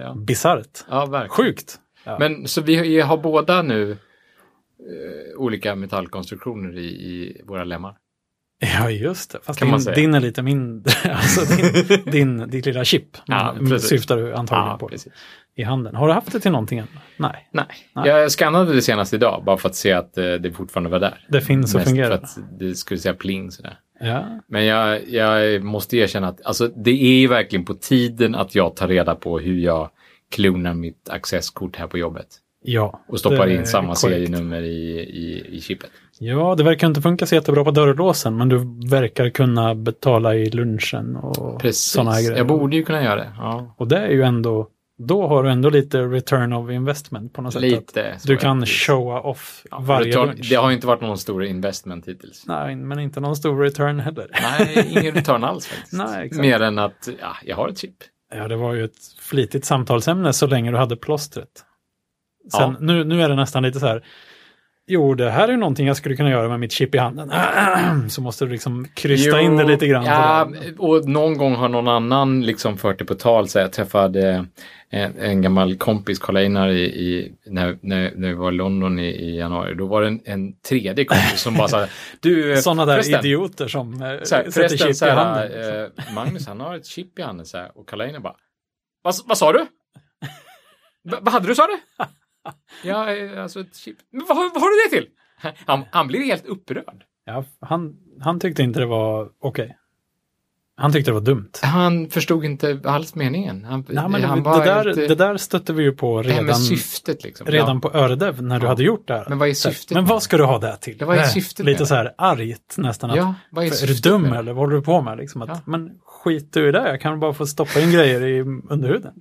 S2: Ja,
S1: Bisarrt.
S2: ja verkligen.
S1: Sjukt. Ja.
S2: Men så vi har båda nu eh, olika metallkonstruktioner i, i våra lemmar.
S1: Ja, just det. Fast
S2: Kan
S1: din,
S2: man säga.
S1: din är lite mindre. Alltså din, din, ditt lilla chip
S2: Ja,
S1: mm,
S2: precis.
S1: syftar du antagligen
S2: Ja,
S1: på
S2: precis.
S1: i handen. Har du haft det till någonting än? Nej,
S2: Nej.
S1: Nej.
S2: jag skannade det senast idag bara för att se att eh, det fortfarande var där.
S1: det finns och
S2: Mest för
S1: Mm, fungerar.
S2: att det skulle säga pling sådär.
S1: Ja.
S2: Men jag, jag måste erkänna att alltså, det är ju verkligen på tiden att jag tar reda på hur jag klonar mitt accesskort här på jobbet.
S1: ja,
S2: Och stoppar
S1: det är
S2: in samma
S1: korrekt.
S2: serienummer i, i, i chippet.
S1: Ja, det verkar inte funka så jättebra på dörrlåsen, men du verkar kunna betala i lunchen och
S2: Precis.
S1: sådana här grejer.
S2: Jag borde ju kunna göra det. Ja.
S1: Och det är ju ändå, då har du ändå lite return of investment på något sätt. att
S2: Lite. så
S1: Du
S2: är det.
S1: kan showa off varje
S2: det, tar-
S1: lunch.
S2: det har ju inte varit någon stor investment hittills.
S1: Nej, men inte någon stor return heller.
S2: Nej, ingen return alls faktiskt.
S1: Nej, exakt.
S2: Mer än att ja, jag har ett chip.
S1: Ja, det var ju ett flitigt samtalsämne så länge du hade plåstret. Sen, nu, nu är det nästan lite så här, jo, det här är ju någonting jag skulle kunna göra med mitt chip i handen. Så måste du liksom krysta in det lite grann.
S2: Ja,
S1: sådär.
S2: och någon gång har någon annan liksom fört det på tal. Så jag träffade en, en gammal kompis, Karl Einar, i, i, när, när, när vi var i London i, i januari. Då var det en, en tredje kompis som bara sa, du, eh,
S1: Sådana där
S2: förresten,
S1: idioter som eh,
S2: Så här,
S1: sätter
S2: förresten,
S1: chip
S2: så
S1: i
S2: här,
S1: handen. liksom."
S2: eh, Magnus han har ett chip i handen så här, och Karl Einar bara, vad, vad sa du? Va- Vad hade du sa du? Ja, eh, alltså ett chip. Men vad, har- vad har du det till? Han, han blev helt upprörd.
S1: Ja, han, han tyckte inte det var okej. Han tyckte det var dumt.
S2: Han förstod inte alls meningen. Han,
S1: Nej, men
S2: Eh, han
S1: det, där, det där stötte vi ju på
S2: det här med
S1: redan,
S2: syftet liksom.
S1: redan
S2: Ja.
S1: på Öredev när du
S2: Ja.
S1: hade gjort det här.
S2: Men vad är syftet?
S1: Men
S2: med
S1: vad ska du ha det här till?
S2: Ja, vad är
S1: Äh,
S2: syftet med
S1: Lite
S2: det?
S1: så här argt nästan.
S2: det?
S1: Att,
S2: Ja, vad är
S1: för, är du
S2: syftet?
S1: dum
S2: med det?
S1: eller vad håller du på med? Liksom att,
S2: Ja.
S1: Men skit du i det, jag kan bara få stoppa in grejer i underhuden.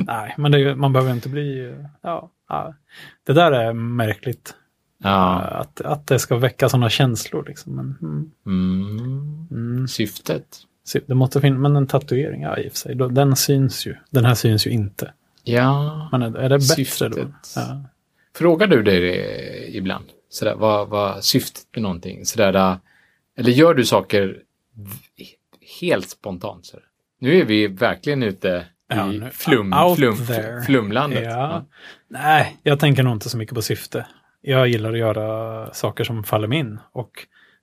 S1: Nej, men det, är ju- man behöver inte bli... Ja, ja. Det där är märkligt, eh,
S2: Ja.
S1: att, att det ska väcka sådana känslor. Liksom. Men, mm,
S2: Mm.
S1: mm.
S2: Syftet.
S1: Så Det måste finnas, men en tatuering, ja i och för sig, då, den syns ju. Den här syns ju inte.
S2: Ja.
S1: Men är, är det bättre då?
S2: Syftet.
S1: Ja.
S2: Frågar du dig det ibland? Sådär, vad, vad syftet med någonting? Sådär, äh, eller gör du saker v- helt spontant? Sådär. Nu är vi verkligen ute i
S1: Ja, nu-
S2: flum,
S1: out
S2: flum,
S1: there.
S2: flumlandet.
S1: Ja. Nej, jag tänker nog inte så mycket på syfte. Jag gillar att göra saker som faller mig in. Och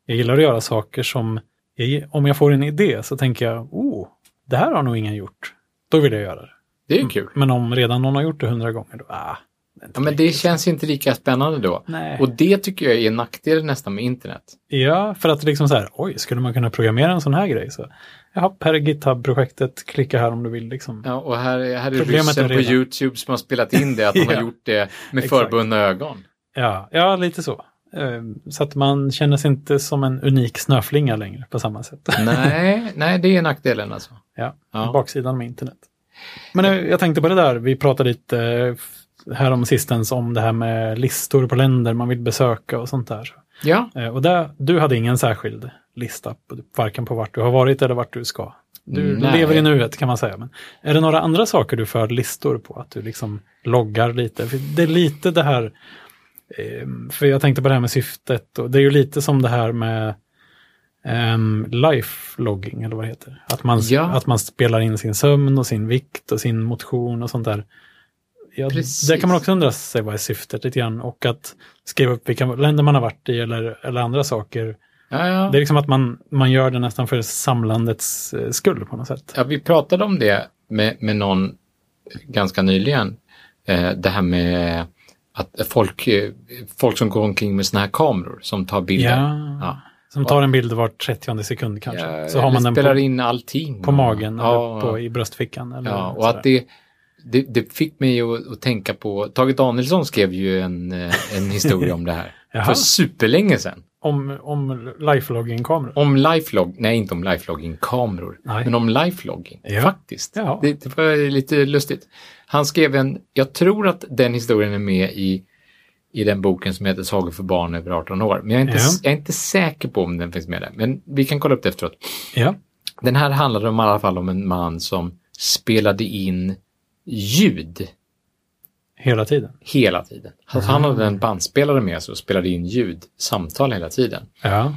S1: jag gillar att göra saker som, jag, om jag får en idé så tänker jag, oh, det här har nog ingen gjort. Då vill jag göra det.
S2: Det är ju kul.
S1: Men om redan någon har gjort det hundra gånger, då, ah, det är inte
S2: Ja, men det
S1: riktigt.
S2: känns inte lika spännande då.
S1: Nej.
S2: Och det tycker jag är en nackdel nästan med internet.
S1: Ja, för att liksom så här, oj, skulle man kunna programmera en sån här grej? Så, jaha, här är GitHub-projektet, klicka här om du vill. Liksom.
S2: Ja, och här, är- här är
S1: Problemet
S2: ryssen
S1: är
S2: på
S1: redan-
S2: YouTube som har spelat in det, att de
S1: Ja.
S2: har gjort det med
S1: Exakt.
S2: förbundna ögon.
S1: Ja, ja lite så. Eh, Så att man känner sig inte som en unik snöflinga längre på samma sätt.
S2: Nej, nej, det är nackdelen alltså.
S1: Ja,
S2: Ja.
S1: baksidan med internet. Men eh, jag tänkte på det där, vi pratade lite eh, här om sistens om det här med listor på länder man vill besöka och sånt där.
S2: Ja,
S1: Eh, Och där, du hade ingen särskild lista, på- varken på vart du har varit eller vart du ska. Du
S2: Nej.
S1: lever i nuet kan man säga. Men är det några andra saker du för listor på? Att du liksom loggar lite? För det är lite det här, eh, för jag tänkte på det här med syftet, och det är ju lite som det här med ehm, life-logging, eller vad det heter. Att man,
S2: Ja.
S1: att man spelar in sin sömn och sin vikt och sin motion och sånt där. Ja,
S2: Precis.
S1: där kan man också undra sig vad är syftet lite grann och att skriva upp vilka länder man har varit i eller, eller andra saker
S2: Ja, ja.
S1: Det är liksom att man, man gör det nästan för samlandets eh, skull på något sätt.
S2: Ja, vi pratade om det med, med någon ganska nyligen. Eh, det här med att folk, eh, folk som går omkring med såna här kameror som tar bilder.
S1: Ja.
S2: Ja.
S1: Som tar en bild var 30 sekund kanske.
S2: Ja,
S1: så har
S2: eller
S1: man den
S2: spelar
S1: på,
S2: in allting.
S1: på magen
S2: Ja,
S1: eller på, i bröstfickan. Eller
S2: ja, och
S1: sådär.
S2: att det, det, det fick mig att, att tänka på, Tage Danielsson skrev ju en, eh, en historia om det här.
S1: Jaha.
S2: För superlänge sedan.
S1: Om, om lifelogging-kameror.
S2: Om lifelog, nej inte om lifelogging, kameror,
S1: Nej.
S2: men om lifelogging
S1: Ja.
S2: faktiskt.
S1: Ja.
S2: Det, det var lite lustigt. Han skrev en, jag tror att den historien är med i, i den boken som heter Sagor för barn över 18 år, men jag är, inte,
S1: Ja.
S2: jag är inte säker på om den finns med där, men vi kan kolla upp det efteråt.
S1: Ja.
S2: Den här handlade om, i alla fall om en man som spelade in ljud
S1: Hela tiden.
S2: hela tiden. Alltså, Han hade en bandspelare med sig och spelade in ljud, samtal hela tiden.
S1: Ja.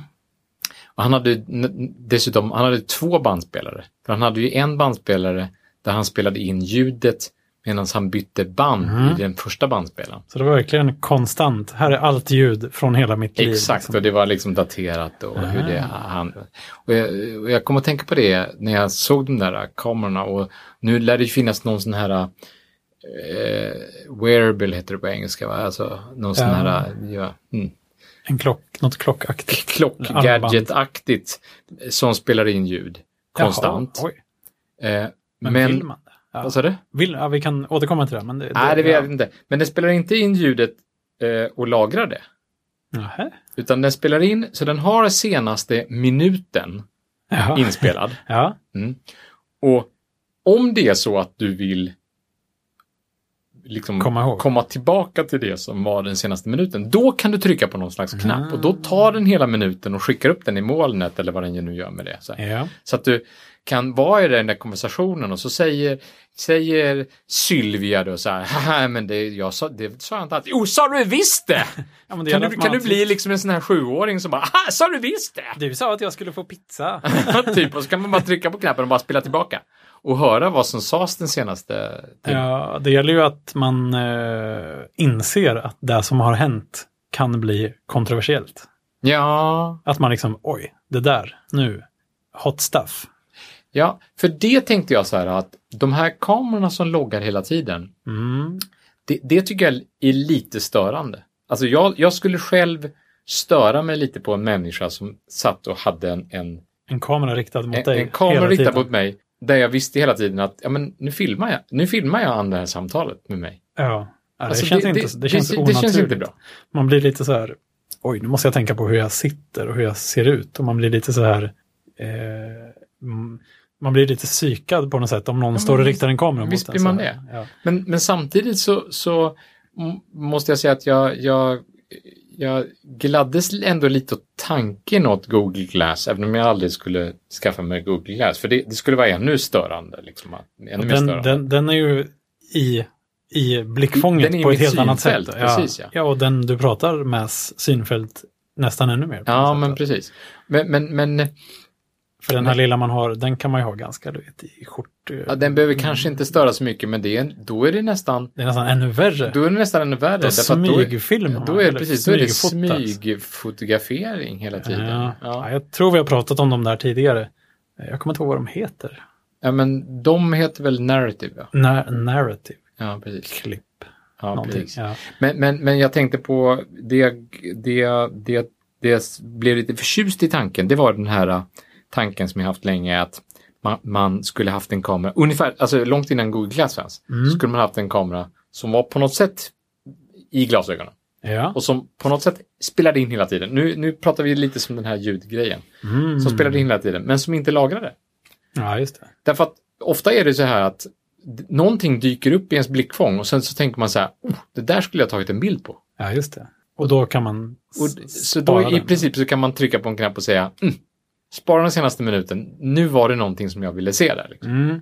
S2: Och han hade n- dessutom han hade två bandspelare. För han hade ju en bandspelare där han spelade in ljudet medan han bytte band
S1: Mm.
S2: i den första bandspelaren.
S1: Så det var verkligen konstant. Här är allt ljud från hela mitt liv.
S2: Exakt,
S1: liksom.
S2: och det var liksom daterat och hur det han... Och jag, och jag kom att tänka på det när jag såg de där kamerorna och nu lär det ju finnas någon sån här eh, wearable heter det på engelska, va? alltså någon sån
S1: Ja.
S2: här ja, mm,
S1: En klock, något klockaktigt.
S2: klockgadget-aktigt som spelar in ljud konstant.
S1: Jaha, oj.
S2: Eh,
S1: Men,
S2: men,
S1: vill man det? Ja.
S2: vad sa du?
S1: Vill, ja, vi kan återkomma till det. Men det,
S2: Nej, det vet jag
S1: ja.
S2: inte. Men den spelar inte in ljudet eh, och lagrar det.
S1: Nähä.
S2: Utan den spelar in, så den har senaste minuten
S1: Ja.
S2: inspelad.
S1: Ja.
S2: Och om det är så att du vill liksom
S1: Komma ihåg.
S2: tillbaka till det som var den senaste minuten, då kan du trycka på någon slags knapp
S1: Ah.
S2: och då tar den hela minuten och skickar upp den i molnet eller vad den nu gör med det. Så, här.
S1: ja.
S2: så att du kan vara i den där konversationen och så säger, säger Sylvia då så här, "Haha, men det, jag sa, det sa jag inte alls. Jo, sa du visst det!
S1: ja men det gäller
S2: Kan du,
S1: att
S2: kan
S1: man-
S2: du bli liksom en sån här sjuåring som bara, "Aha, sa du visst det!
S1: Du sa att jag skulle få pizza.
S2: typ, och så kan man bara trycka på knappen och bara spela tillbaka. Och höra vad som sades den senaste timmen.
S1: Ja, det gäller ju att man eh, inser att det som har hänt kan bli kontroversiellt.
S2: Ja.
S1: Att man liksom, oj, det där, nu, hot stuff.
S2: ja, för det tänkte jag så här att de här kamerorna som loggar hela tiden,
S1: Mm.
S2: det, det tycker jag är lite störande. Alltså jag, jag skulle själv störa mig lite på en människa som satt och hade en, en,
S1: En kamera riktad mot
S2: en,
S1: dig
S2: en kamera
S1: hela
S2: riktad
S1: tiden.
S2: mot mig där jag visste hela tiden att ja, men nu filmar jag, nu filmar jag det här samtalet med mig.
S1: Ja, ja det,
S2: Alltså,
S1: känns inte, det, känns
S2: det,
S1: onaturligt.
S2: känns inte bra.
S1: Man blir lite så här, oj, nu måste jag tänka på hur jag sitter och hur jag ser ut. Och man blir lite så här, eh, mm, man blir lite psykad på något sätt om någon
S2: men
S1: står och
S2: visst-
S1: riktar en kamera
S2: visst
S1: mot
S2: blir
S1: en. så
S2: man
S1: här.
S2: det.
S1: Ja.
S2: Men, men samtidigt så, så m- måste jag säga att jag, jag, jag gladdes ändå lite åt tanken åt Google Glass, även om jag aldrig skulle skaffa mig Google Glass, för det, det skulle vara ännu störande. Liksom, att- ännu mer
S1: Den,
S2: störande.
S1: den, den är ju i, i blickfånget
S2: Den är i
S1: på ett
S2: mitt
S1: helt annat sätt.
S2: synfält, precis, ja.
S1: ja, och den du pratar med synfält nästan ännu mer. på något
S2: ja,
S1: sätt.
S2: men precis. Men, men, men
S1: För den här lilla man har, den kan man ju ha ganska, du vet, i skjort... eh, mm.
S2: ja, den behöver kanske inte störa så mycket, men det är, en- då är det nästan
S1: Det är nästan ännu värre.
S2: då är det nästan ännu värre.
S1: Då
S2: därför att då är-
S1: smygfilmar man,
S2: Då är,
S1: eller
S2: det precis, då är det
S1: smygfotas.
S2: smygfotografering hela tiden.
S1: Ja.
S2: Ja.
S1: Ja, jag tror vi har pratat om dem där tidigare. Eh, Jag kommer inte ihåg vad de heter.
S2: Ja, men de heter väl narrative? Ja,
S1: Na- narrative
S2: ja precis.
S1: klipp.
S2: Ja,
S1: någonting.
S2: precis.
S1: Ja.
S2: Men, men, men jag tänkte på det, det, det, det jag blev lite förtjust i tanken. Det var den här eh, tanken som jag haft länge att man, man skulle haft en kamera, ungefär, alltså långt innan Google Glass fanns,
S1: Mm.
S2: så skulle man haft en kamera som var på något sätt i glasögonen
S1: Ja.
S2: och som på något sätt spelade in hela tiden. Nu, nu pratar vi lite som den här ljudgrejen
S1: Mm.
S2: som spelade in hela tiden, men som inte lagrade.
S1: ja, just det.
S2: Därför att ofta är det så här att d- någonting dyker upp i ens blickfång och sen så tänker man så här, oh, det där skulle jag tagit en bild på.
S1: Ja, just det. Och då kan man
S2: Och,
S1: s-
S2: så då
S1: spara
S2: i
S1: den.
S2: princip så kan man trycka på en knapp och säga mm, spara den senaste minuten, nu var det någonting som jag ville se där. Liksom.
S1: Mm.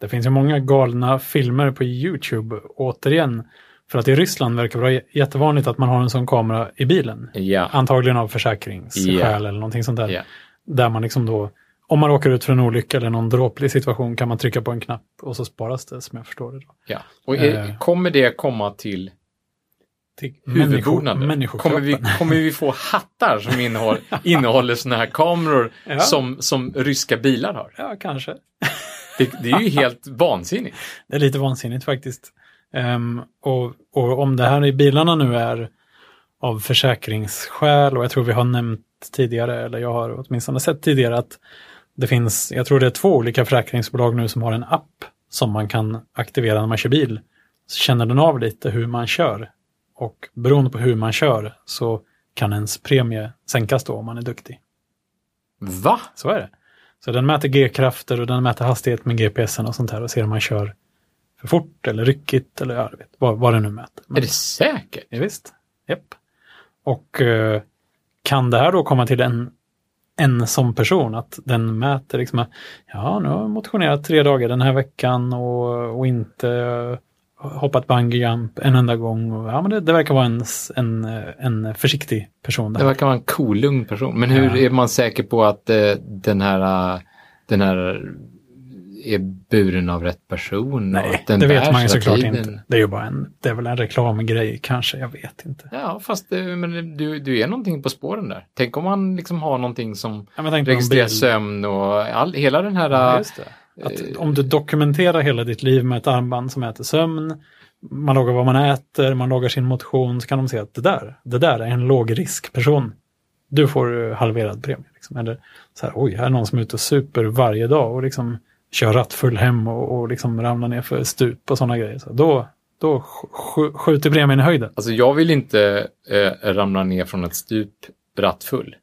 S1: Det finns ju många galna filmer på YouTube, återigen. För att i Ryssland verkar det vara j- jättevanligt att man har en sån kamera i bilen.
S2: Ja.
S1: Antagligen av försäkringsskäl
S2: Ja.
S1: eller någonting sånt där.
S2: Ja.
S1: Där man liksom då, om man råkar ut för en olycka eller någon dråplig situation kan man trycka på en knapp och så sparas det som jag förstår det. Då.
S2: ja. Och är,
S1: Eh.
S2: kommer det komma till
S1: till
S2: huvudbonader.
S1: människo-
S2: Kommer vi,
S1: människokroppen.
S2: kommer vi få hattar som innehåller, innehåller sådana här kameror
S1: Ja.
S2: som, som ryska bilar har?
S1: Ja, kanske.
S2: Det, det är ju helt vansinnigt.
S1: Det är lite vansinnigt faktiskt. Ehm, och, och om det här i bilarna nu är av försäkringsskäl och jag tror vi har nämnt tidigare, eller jag har åtminstone sett tidigare att det finns, jag tror det är två olika försäkringsbolag nu som har en app som man kan aktivera när man kör bil. Så känner den av lite hur man kör och beroende på hur man kör så kan ens premie sänkas då om man är duktig.
S2: Va?
S1: Så är det. Så den mäter G-krafter och den mäter hastighet med GPSen och sånt här och ser om man kör för fort eller ryckigt eller jag vet, vad, vad det nu mäter.
S2: Är
S1: Men,
S2: det säkert?
S1: ja, visst. Japp. Och eh, kan det här då komma till en, en som person, att den mäter liksom, att, ja nu har jag motionerat tre dagar den här veckan och, och inte eh, hoppat bungee jump en enda gång. Och, ja, men det, det verkar vara en, s- en, eh, en försiktig person. Det
S2: Det
S1: här.
S2: verkar vara en cool, lugn person. Men hur
S1: Ja.
S2: är man säker på att eh, den här, eh, den här är buren av rätt person? och
S1: Nej,
S2: att den
S1: det vet
S2: bärs
S1: man ju
S2: hela
S1: såklart
S2: tiden?
S1: inte. Det är ju bara en, det är väl en reklamgrej kanske, jag vet inte.
S2: Ja, fast eh, men du, du är någonting på spåren där. Tänk om man liksom har någonting som
S1: Ja, men jag tänkte på en
S2: registrerar
S1: bild.
S2: sömn och all, hela den här...
S1: Ja,
S2: eh,
S1: just det. Att om du dokumenterar hela ditt liv med ett armband som äter sömn, man loggar vad man äter, man loggar sin motion, så kan de se att det där, det där är en lågriskperson. Du får eh, halverad premie. Liksom. Eller så här, oj, här är någon som är ute och super varje dag och liksom kör rattfull hem och, och liksom ramlar ner för stup och sådana grejer. Så då, då sk- sk- skjuter premien i höjden.
S2: Alltså jag vill inte eh, ramla ner från ett stup rattfull.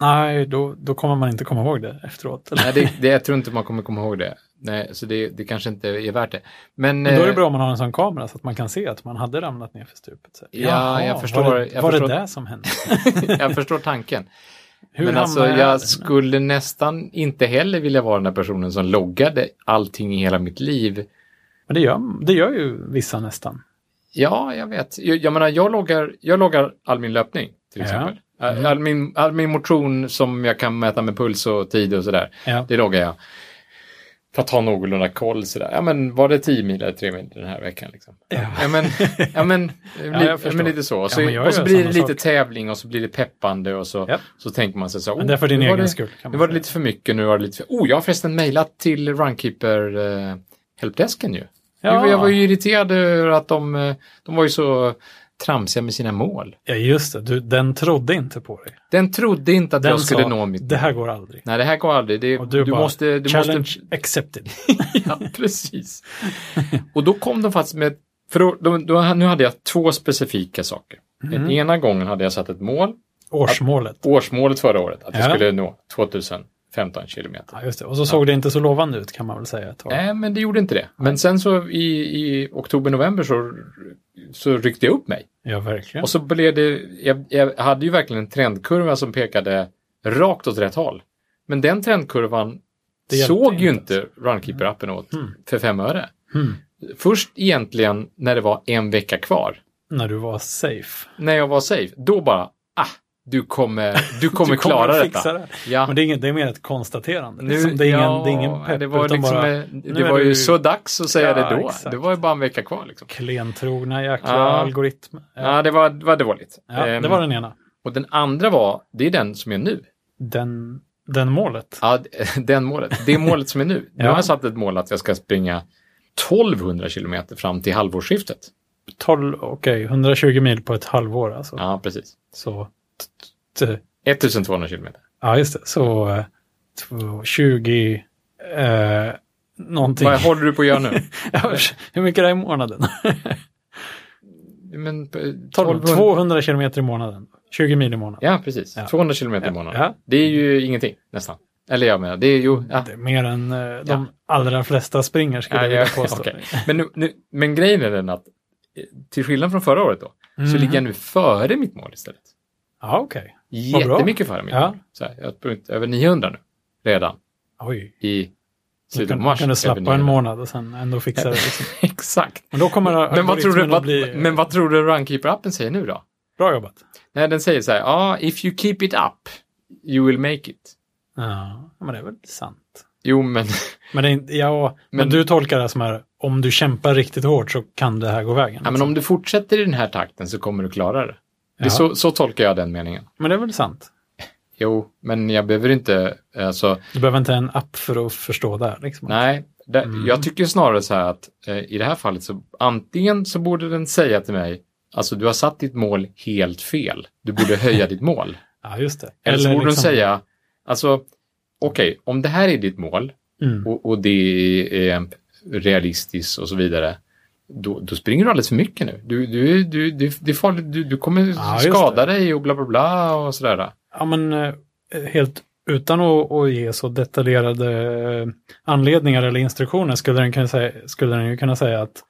S1: Nej, då, då kommer man inte komma ihåg det efteråt. Eller?
S2: Nej, det, det, jag tror inte man kommer komma ihåg det. Nej, så det, det kanske inte är värt det. Men,
S1: Men då är det
S2: eh,
S1: bra om man har en sån kamera så att man kan se att man hade ramlat ner för stupet. Så.
S2: Ja, jag förstår.
S1: Var, det,
S2: Jag
S1: var
S2: förstår.
S1: det där som hände?
S2: jag förstår tanken.
S1: Hur
S2: men
S1: hamnade
S2: alltså
S1: jag
S2: jag
S1: här?
S2: skulle nästan inte heller vilja vara den där personen som loggade allting i hela mitt liv.
S1: Men det gör, det gör ju vissa nästan.
S2: Ja, jag vet. Jag, jag menar, jag loggar, jag loggar all min löpning
S1: Ja.
S2: till
S1: Mm.
S2: exempel. All- All, min, all min motion som jag kan mäta med puls och tid och sådär.
S1: Ja.
S2: Det loggar jag. För att ha någorlunda koll sådär. Ja men var det 10 mil eller 3 mil den här veckan liksom?
S1: Ja.
S2: Ja men, ja, men, li, ja,
S1: förstår.
S2: men lite så. Och
S1: Ja,
S2: så,
S1: men jag
S2: och så
S1: gör
S2: blir det
S1: samma
S2: lite
S1: sak.
S2: tävling och så blir det peppande och så,
S1: Ja.
S2: så tänker man sig så.
S1: Men det är för
S2: oh,
S1: din
S2: nu var
S1: egen
S2: det,
S1: skull. Kan man
S2: Nu var det
S1: säga.
S2: lite för mycket, nu var det lite för... Oh, jag har förresten mejlat till Runkeeper eh, helpdesken ju.
S1: Ja.
S2: Jag var ju irriterad över att de, eh, de var ju så tramsiga med sina mål.
S1: ja, just det. Du, den trodde inte på dig.
S2: Den trodde inte att
S1: Den
S2: jag skulle
S1: sa,
S2: nå mitt...
S1: det här går aldrig.
S2: Nej, det här går aldrig. Det,
S1: Och
S2: du
S1: du bara,
S2: måste... Du
S1: Challenge
S2: måste
S1: accepted.
S2: ja, precis. Och då kom de faktiskt med, för då, då, då, nu hade jag två specifika saker.
S1: Mm.
S2: Den ena gången hade jag satt ett mål,
S1: Årsmålet.
S2: årsmålet förra året, att jag
S1: Ja.
S2: skulle nå 2015 kilometer.
S1: Ja, just det. Och så såg det inte så lovande ut kan man väl säga. Ett tag.
S2: Nej, men det gjorde inte det. Men sen så i, i oktober, november så, så ryckte jag upp mig.
S1: Ja, verkligen.
S2: Och så blev det, jag, jag hade ju verkligen en trendkurva som pekade rakt åt rätt håll. Men den trendkurvan
S1: Det hjälpte
S2: såg ju
S1: inte.
S2: inte Runkeeper-appen åt
S1: Mm.
S2: för fem öre.
S1: Mm.
S2: Först egentligen när det var en vecka kvar,
S1: När du var safe.
S2: när jag var safe, då bara, ah, du kommer, du kommer,
S1: Du
S2: klara
S1: att
S2: detta.
S1: fixa det.
S2: Ja.
S1: Men det är, inget, det är mer ett konstaterande. liksom, det, är ingen,
S2: ja,
S1: det är ingen pepp.
S2: det var,
S1: utan
S2: liksom,
S1: bara,
S2: eh, det
S1: är
S2: var ju
S1: du-
S2: så dags att säga
S1: Ja,
S2: det då.
S1: exakt.
S2: Det var ju bara en vecka kvar. Liksom.
S1: Klentrogna jäkla
S2: Ja.
S1: algoritmer.
S2: Ja.
S1: Ja,
S2: det, var, det var dåligt. Ehm,
S1: det var den ena.
S2: Och den andra var, det är den som är nu.
S1: Den, den målet.
S2: Ja, d- den målet. Det är målet som är nu. Nu
S1: Ja.
S2: har jag satt ett mål att jag ska springa 1200 kilometer fram till halvårsskiftet.
S1: 12, okej, 120 mil på ett halvår alltså.
S2: Ja, precis.
S1: Så, t- t- t-
S2: 1200 kilometer.
S1: ja just det, så eh, två- 20 eh, någonting.
S2: Vad håller du på att göra nu?
S1: Hur mycket är det i månaden?
S2: Men, eh, 1200
S1: 200 kilometer i månaden. 20 mil i månaden.
S2: Ja, precis.
S1: Ja.
S2: 200 kilometer i månaden.
S1: Ja.
S2: Det är ju ingenting nästan. Eller jag menar, det är ju... Ja.
S1: Det är mer än eh, de allra flesta springer skulle
S2: Ja,
S1: jag
S2: ja,
S1: vilja påstå.
S2: okej. men, nu, nu, men grejen är den att eh, till skillnad från förra året då, så
S1: Mhm.
S2: ligger jag nu före mitt mål istället.
S1: Ja, okej. Vad bra.
S2: Jättemycket före mitt
S1: Ja.
S2: mål. Så här, jag har sprungit över 900 nu redan
S1: Oj.
S2: i
S1: Nu
S2: slutet av
S1: kan,
S2: mars.
S1: kan du slappa
S2: över
S1: en
S2: 900.
S1: månad och sen ändå fixa det. Liksom.
S2: Exakt.
S1: Men då kommer
S2: Men vad, tror du,
S1: algoritmen att
S2: vad,
S1: bli...
S2: men vad tror du Runkeeper-appen säger nu då?
S1: Bra jobbat.
S2: Nej, den säger så här, "Ah, ja, if you keep it up, you will make it.
S1: Ja, men det är väl sant.
S2: Jo, men
S1: Men, det är, inte- ja, men,
S2: Men-
S1: du tolkar det som här, om du kämpar riktigt hårt så kan det här gå vägen.
S2: Ja, men
S1: liksom.
S2: om du fortsätter i den här takten så kommer du klara det. det är
S1: Ja.
S2: så, så tolkar jag den meningen.
S1: men det är väl sant?
S2: Jo, men jag behöver inte, alltså,
S1: Du behöver inte en app för att förstå det. här, Liksom.
S2: nej. Det,
S1: Mm.
S2: Jag tycker snarare så här att eh, i det här fallet så antingen så borde den säga till mig, alltså du har satt ditt mål helt fel. Du borde höja ditt mål.
S1: Ja, just det.
S2: Eller, så borde
S1: liksom-
S2: den säga, alltså, okej, om det här är ditt mål
S1: Mm.
S2: och, och det är eh, realistiskt och så vidare, då, då springer du alldeles för mycket nu. Du, du, du, du, det är farligt, du, du kommer
S1: Ja, just
S2: skada dig och bla bla bla och sådär.
S1: Ja, men eh, helt utan att, att ge så detaljerade eh, anledningar eller instruktioner skulle den, kunna säga, skulle den ju kunna säga att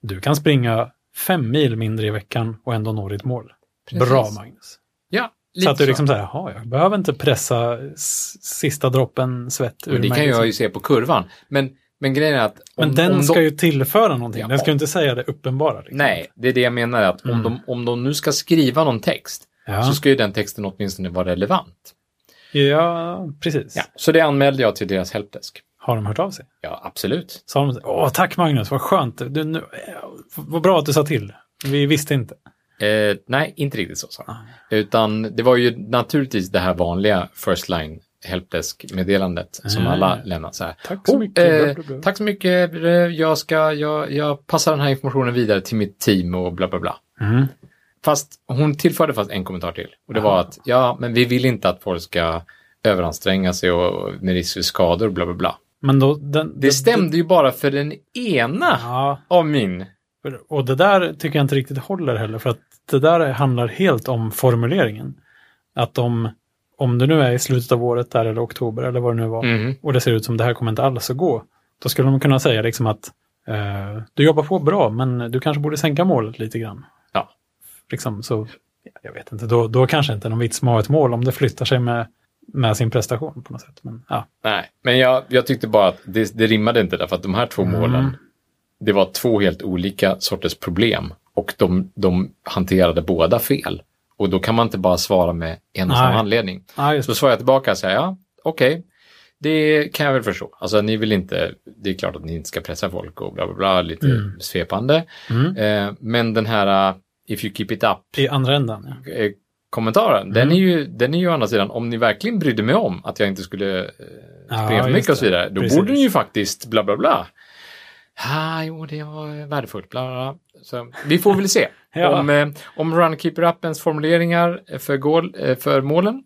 S1: du kan springa fem mil mindre i veckan och ändå nå ditt mål.
S2: Precis.
S1: Bra Magnus.
S2: Ja,
S1: Så att du liksom säger, jaha, jag behöver inte pressa s- sista droppen svett ur
S2: Men det
S1: mig.
S2: kan
S1: liksom.
S2: jag ju se på kurvan. Men, men grejen är att...
S1: Men den
S2: de-
S1: ska ju tillföra någonting.
S2: Ja.
S1: den ska ju inte säga det uppenbara. Liksom. Mm.
S2: Nej, det är det jag menar. att om, de, om de nu ska skriva någon text så
S1: Ja.
S2: ska ju den texten åtminstone vara relevant.
S1: ja, precis.
S2: Ja, så det anmälde jag till deras helpdesk.
S1: Har de hört av sig?
S2: Ja, absolut.
S1: Sa de så- åh tack Magnus, vad skönt. Du, nu, eh, vad bra att du sa till. Vi visste inte.
S2: Eh, nej, inte riktigt så. så. Utan det var ju naturligtvis det här vanliga first line helpdesk-meddelandet som
S1: Mm.
S2: alla lämnar så här.
S1: Tack så
S2: Oh,
S1: mycket.
S2: eh,
S1: Bla, bla, bla.
S2: Tack så mycket. eh, Jag, ska, jag, jag passar den här informationen vidare till mitt team och bla bla bla.
S1: Mm.
S2: Fast hon tillförde fast en kommentar till. Och det var att, ja, men vi vill inte att folk ska överanstränga sig och, och med risk för skador och bla bla bla.
S1: Men då, den,
S2: Det stämde ju bara för den ena
S1: Ja,
S2: av min.
S1: för- och det där tycker jag inte riktigt håller heller, för att det där handlar helt om formuleringen. Att om, om det nu är i slutet av året där, eller oktober, eller vad det nu var,
S2: Mhm.
S1: och det ser ut som det här kommer inte alls att gå, då skulle de kunna säga liksom att eh, du jobbar på bra, men du kanske borde sänka målet lite grann.
S2: Ja.
S1: Liksom, så, jag vet inte, då, då kanske inte någon vits med att ha ett mål om det flyttar sig med, med sin prestation på något sätt. Men, ja.
S2: Nej, men jag, jag tyckte bara att det, det rimmade inte därför att de här två
S1: Mm.
S2: målen, det var två helt olika sorters problem och de, de hanterade båda fel. Och då kan man inte bara svara med en och
S1: Nej.
S2: samma anledning.
S1: Ja, just,
S2: Så svarar jag tillbaka och säger, ja, okej, det kan jag väl förstå. Alltså ni vill inte, det är klart att ni inte ska pressa folk och bla bla bla, lite
S1: Mm.
S2: svepande.
S1: mm.
S2: Eh, men den här eh, if you keep it up
S1: I andra änden, ja.
S2: eh, kommentaren,
S1: Mm.
S2: den, är ju, den är ju å andra sidan, om ni verkligen brydde mig om att jag inte skulle eh,
S1: Ja,
S2: springa för
S1: just
S2: mycket och så
S1: det.
S2: vidare, då
S1: Precis.
S2: borde ni ju faktiskt bla bla bla. Ah, jo, det var värdefullt, bla bla bla. Så, vi får väl se
S1: Ja.
S2: om, eh, om Runkeeper-appens formuleringar för, goal, eh, för målen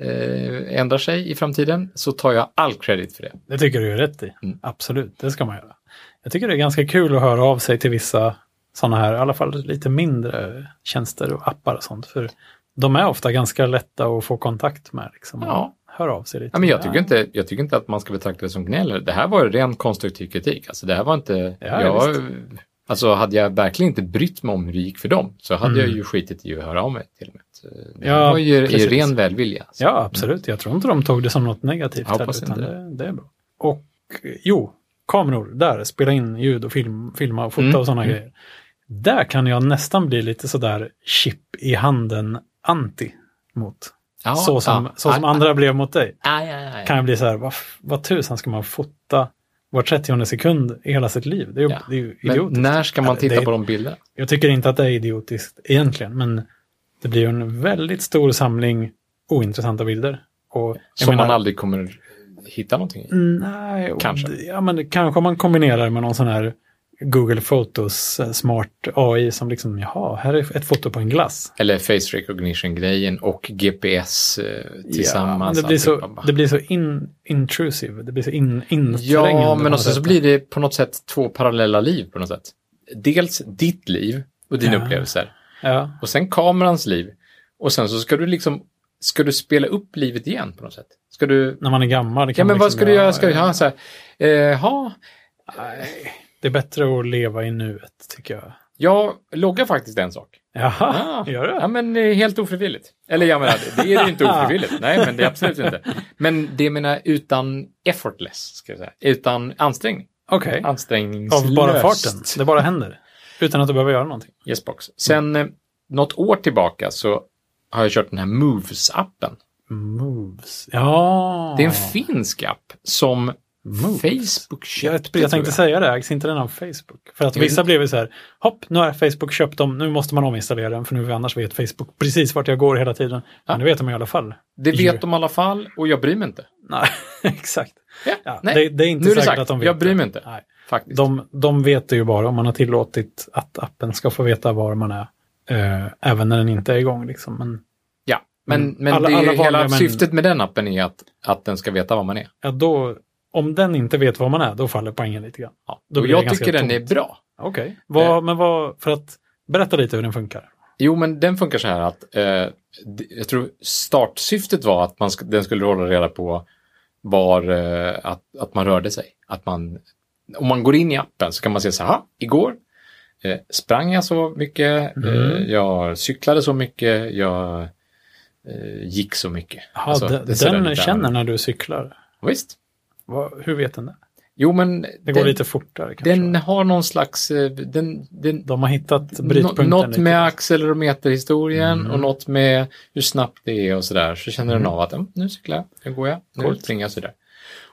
S2: eh, ändrar sig i framtiden så tar jag all credit för det.
S1: Det tycker du är rätt i.
S2: Mm.
S1: Absolut, det ska man göra. Jag tycker det är ganska kul att höra av sig till vissa sådana här, i alla fall lite mindre tjänster och appar och sånt. För de är ofta ganska lätta att få kontakt med. Liksom, och
S2: Ja.
S1: Hör av sig lite.
S2: Ja, men jag, tycker inte, jag tycker inte att man ska betrakta det som gnäll. Det här var ju ren konstruktiv kritik. Alltså, det här var inte...
S1: Ja,
S2: jag, alltså, hade jag verkligen inte brytt mig om hur det gick för dem så hade
S1: Mm.
S2: jag ju skitit i att höra av mig till och med. Så Det
S1: Ja,
S2: ja, var ju i
S1: precis.
S2: ren välvilja. Så.
S1: Ja, absolut. Jag tror inte de tog det som något negativt.
S2: Jag hoppas
S1: heller,
S2: inte
S1: utan det. det är bra. Och eh, jo, kameror, där, spela in ljud och film, filma och fota
S2: Mm,
S1: och sådana
S2: mm.
S1: grejer. Där kan jag nästan bli lite sådär chip i handen anti mot.
S2: Ja,
S1: så som,
S2: ja.
S1: så som
S2: Aj,
S1: andra blev mot dig.
S2: aj, aj, aj.
S1: kan jag bli så här, vad, vad tusan ska man fota var 30 sekund i hela sitt liv? Det är ju,
S2: Ja.
S1: det är ju idiotiskt.
S2: Men när ska man
S1: Eller, det
S2: titta
S1: är-
S2: på de bilderna?
S1: Jag tycker inte att det är idiotiskt egentligen, men det blir ju en väldigt stor samling ointressanta bilder. Och jag
S2: Som
S1: menar-
S2: man aldrig kommer hitta någonting i.
S1: Nej, och
S2: Kanske.
S1: d- Ja, men det- kanske man kombinerar med någon sån här Google Photos eh, smart AI som liksom, jaha, här är ett foto på en glass.
S2: Eller face recognition-grejen och GPS eh,
S1: Ja, men
S2: tillsammans.
S1: det, blir så,
S2: alltihopa.
S1: det blir så in, intrusive, det blir så in, inträngande.
S2: Ja,
S1: på
S2: men
S1: något
S2: alltså så
S1: sätt.
S2: blir det på något sätt två parallella liv på något sätt. Dels ditt liv och dina
S1: Ja.
S2: upplevelser
S1: Ja.
S2: och sen kamerans liv och sen så ska du liksom, ska du spela upp livet igen på något sätt? Ska du,
S1: när man är gammal.
S2: ja
S1: kan
S2: men
S1: man
S2: vad
S1: liksom
S2: ska du göra, ska du
S1: ja,
S2: ha så här, eh, ha,
S1: nej. Det är bättre att leva i nuet, tycker jag.
S2: jag loggar faktiskt en sak.
S1: Jaha,
S2: Ah,
S1: gör
S2: Ja
S1: du?
S2: men eh, helt ofrivilligt. Eller jag menar, det är det ju inte ofrivilligt, nej men det är absolut inte. Men det jag menar utan effortless, ska jag säga, utan ansträngning.
S1: Okej.
S2: Ansträngningslöst.
S1: Av bara farten. Det bara händer. Utan att du behöver göra någonting.
S2: Yes box. Sen eh, något år tillbaka så har jag kört den här Moves-appen.
S1: Moves. Ja.
S2: Det är en finsk app som
S1: Ah. Moves.
S2: Facebook
S1: Jag,
S2: köpte.
S1: vet, jag
S2: tror
S1: tänkte säga det, ägs inte den av Facebook? För att
S2: Jag vet
S1: vissa
S2: inte.
S1: blev ju så här, hopp, nu har Facebook köpt dem, nu måste man ominstallera den för nu annars vet Facebook precis vart jag går hela tiden.
S2: Ja.
S1: Men det vet de i alla fall.
S2: Det
S1: Djur.
S2: vet de i alla fall och jag bryr mig inte.
S1: Nej, exakt.
S2: Ja,
S1: Ja,
S2: nej,
S1: det, det är inte
S2: nu är det
S1: säkert
S2: sagt.
S1: att de vet
S2: jag bryr mig
S1: det.
S2: inte.
S1: Nej.
S2: Faktiskt.
S1: De, de vet det ju bara om man har tillåtit att appen ska få veta var man är. eh, även när den inte är igång. Liksom. Men,
S2: ja, men,
S1: Mm.
S2: men
S1: Alla-
S2: det är
S1: alla vanliga
S2: hela
S1: män-
S2: syftet med den appen är att, att den ska veta var man är.
S1: ja, då, om den inte vet var man är, då faller poängen lite grann.
S2: Ja.
S1: då
S2: och
S1: blir det
S2: jag
S1: ganska
S2: tycker den
S1: tomt.
S2: är bra.
S1: Okej. Vad, men vad, för att berätta lite hur den funkar.
S2: Jo, men den funkar så här att eh, d- jag tror startsyftet var att man sk- den skulle hålla reda på var eh, att, att man rörde sig. Att man, om man går in i appen så kan man se så här, "Ha, igår eh, sprang jag så mycket,
S1: Mm.
S2: eh, jag cyklade så mycket, jag eh, gick så mycket.
S1: Jaha,
S2: Alltså,
S1: de-
S2: det är så där
S1: den
S2: lite
S1: känner
S2: annorlunda.
S1: när du cyklar.
S2: Visst.
S1: Vad- hur vet den det?
S2: Jo, men
S1: Det går
S2: den,
S1: lite fortare kanske.
S2: den har någon slags, eh, den, den,
S1: de har hittat
S2: Nå-
S1: brytpunkten.
S2: något
S1: lite.
S2: med accelerometerhistorien
S1: Mm.
S2: och något med hur snabbt det är och sådär. Så känner den av att "Mm, nu cyklar jag, nu går jag, nu
S1: Coolt.
S2: springer jag sådär.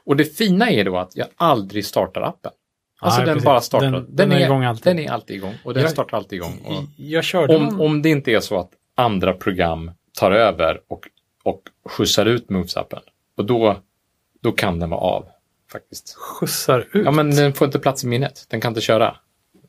S2: Och det fina är då att jag aldrig startar appen. Alltså
S1: Nej,
S2: den
S1: precis.
S2: bara startar.
S1: Den- den är igång alltid.
S2: Den är alltid igång och den
S1: Jag-
S2: startar alltid igång. Och
S1: Jag körde någon-
S2: om, om det inte är så att andra program tar över och, och skjutsar ut Moves-appen, och då, då kan den vara av faktiskt.
S1: skjutsar ut.
S2: Ja, men den får inte plats i minnet. Den kan inte köra.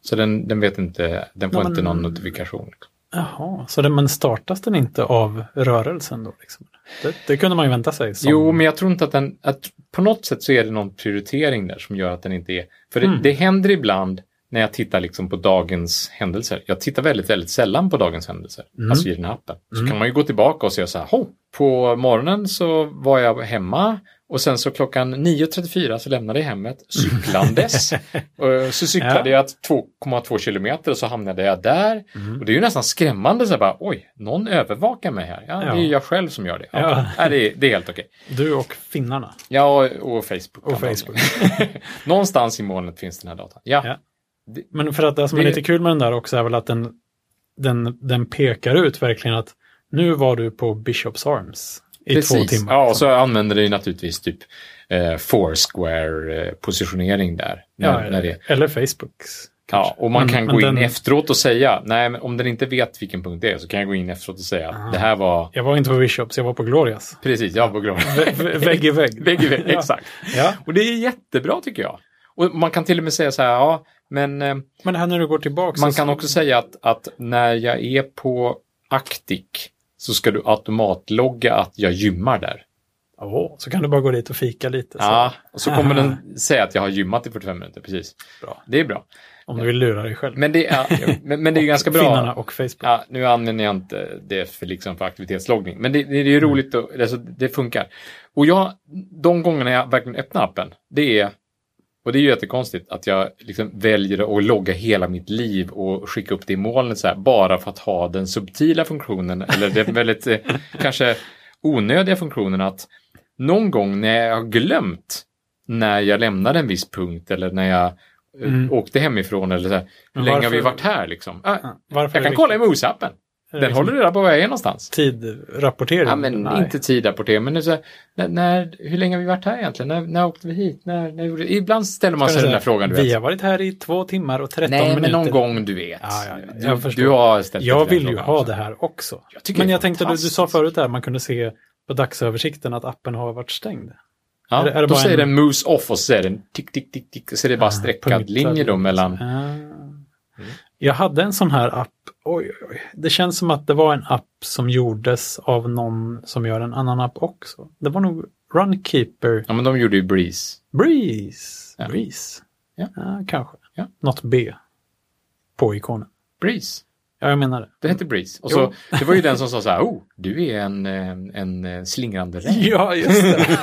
S2: Så den, den vet inte, den får
S1: Ja, men-
S2: inte någon notifikation. liksom.
S1: Jaha, så den, men startas den inte av rörelsen då? Liksom? Det, det kunde man ju vänta sig. Som,
S2: Jo, men jag tror inte att den... Att på något sätt så är det någon prioritering där som gör att den inte är... För det,
S1: Mm.
S2: det händer ibland när jag tittar liksom på dagens händelser. Jag tittar väldigt, väldigt sällan på dagens händelser,
S1: Mm.
S2: alltså i den här appen. Så
S1: Mm.
S2: kan man ju gå tillbaka och se så här, "Ho, på morgonen så var jag hemma och sen så klockan 9.34 så lämnade jag hemmet cyklandes. Och så cyklade jag 2,2 kilometer och så hamnade jag där.
S1: Mm.
S2: Och det är ju nästan skrämmande, så här bara, oj, någon övervakar mig här. Ja,
S1: Ja.
S2: Det är ju jag själv som gör det. Ja.
S1: Ja.
S2: Nej, det, är, det är helt okej.
S1: Du och finnarna.
S2: Ja, och och Facebook.
S1: Och
S2: antagligen.
S1: Facebook.
S2: Någonstans i molnet finns den här datan. Ja,
S1: Ja. Men för att det som är
S2: Det-
S1: lite kul med den där också är väl att den, den, den pekar ut verkligen att nu var du på Bishops Arms i två timmar.
S2: Ja, och
S1: liksom.
S2: så använder det ju naturligtvis typ eh, Foursquare-positionering där.
S1: ja,
S2: när, när det,
S1: Eller Facebooks.
S2: ja, och man
S1: Men-
S2: kan
S1: men
S2: gå in
S1: den-
S2: efteråt och säga, nej, men om den inte vet vilken punkt det är så kan jag gå in efteråt och säga,
S1: Aha.
S2: det här var,
S1: Jag var inte på Bishops, jag var på Glorias.
S2: precis, jag var glad.
S1: Vä- vä- Vägg i vägg.
S2: Vägg i vägg,
S1: Ja.
S2: exakt.
S1: Ja.
S2: Och det är jättebra tycker jag. Och man kan till och med säga så här, ja, men eh,
S1: Men här när du går tillbaka.
S2: Man
S1: så-
S2: kan också säga att, att när jag är på Actic så ska du automatlogga att jag gymmar där.
S1: Åh, så kan du bara gå dit och fika lite. Så.
S2: Ja, och så kommer
S1: Aha.
S2: den säga att jag har gymmat i 45 minuter, precis.
S1: Bra.
S2: Det är bra.
S1: Om du vill lura dig själv.
S2: Men det är, men, men det är ganska
S1: Finnarna
S2: bra.
S1: och Facebook.
S2: Ja, nu använder jag inte det för, liksom, för aktivitetsloggning, men det, det är ju
S1: Mm.
S2: roligt och alltså, det funkar. Och jag, de gångerna jag verkligen öppnar appen, det är och det är ju jättekonstigt att jag liksom väljer att logga hela mitt liv och skicka upp det i molnet så här, bara för att ha den subtila funktionen eller den väldigt eh, kanske onödiga funktionen att någon gång när jag har glömt när jag lämnade en viss punkt eller när jag eh,
S1: Mm.
S2: åkte hemifrån eller så här, hur
S1: Men
S2: länge har vi
S1: varför-
S2: varit här liksom? Ah,
S1: Ja, Varför
S2: jag
S1: är
S2: kan
S1: det
S2: kolla i
S1: viktigt?
S2: Moose-appen.
S1: Är det
S2: Den
S1: liksom
S2: håller reda på var jag är någonstans.
S1: Tidrapportering?
S2: Ja, men
S1: Nej.
S2: inte tidrapportering, men det är så här, när, när, hur länge har vi varit här egentligen? När, när åkte vi hit? När, när gjorde... Ibland ställer man
S1: Ska
S2: sig
S1: jag
S2: den
S1: säga,
S2: där frågan. Du
S1: Vi
S2: vet.
S1: har varit här i två timmar och 13
S2: Nej,
S1: minuter.
S2: men någon gång du vet.
S1: Ja, ja, ja, jag
S2: du,
S1: förstår.
S2: du har ställt dig
S1: Jag
S2: den
S1: vill ju
S2: frågan
S1: ha
S2: också.
S1: det här också.
S2: Jag tycker
S1: men
S2: det är
S1: jag tänkte, du, du sa
S2: fantastiskt.
S1: förut där, man kunde se på dagsöversikten att appen har varit stängd.
S2: Ja,
S1: Är det- är det
S2: då
S1: bara
S2: säger
S1: en- Ah,
S2: den moose off och så säger den tick, tick, tick, tick. Så är det bara streckad
S1: Punktar.
S2: linje då mellan... Mm.
S1: Ah. Jag hade en sån här app. Oj, oj, oj. Det känns som att det var en app som gjordes av någon som gör en annan app också. Det var nog Runkeeper
S2: Ja, men de gjorde ju Breeze.
S1: Breeze.
S2: Ja.
S1: Breeze?
S2: Ja.
S1: kanske.
S2: Ja.
S1: Något B på ikonen.
S2: Breeze.
S1: Ja, jag menar det.
S2: Det hette Breeze. Och
S1: Jo.
S2: så, det var ju den som sa så här, oh, du är en, eh, en eh, slingrande räv.
S1: Ja, just det.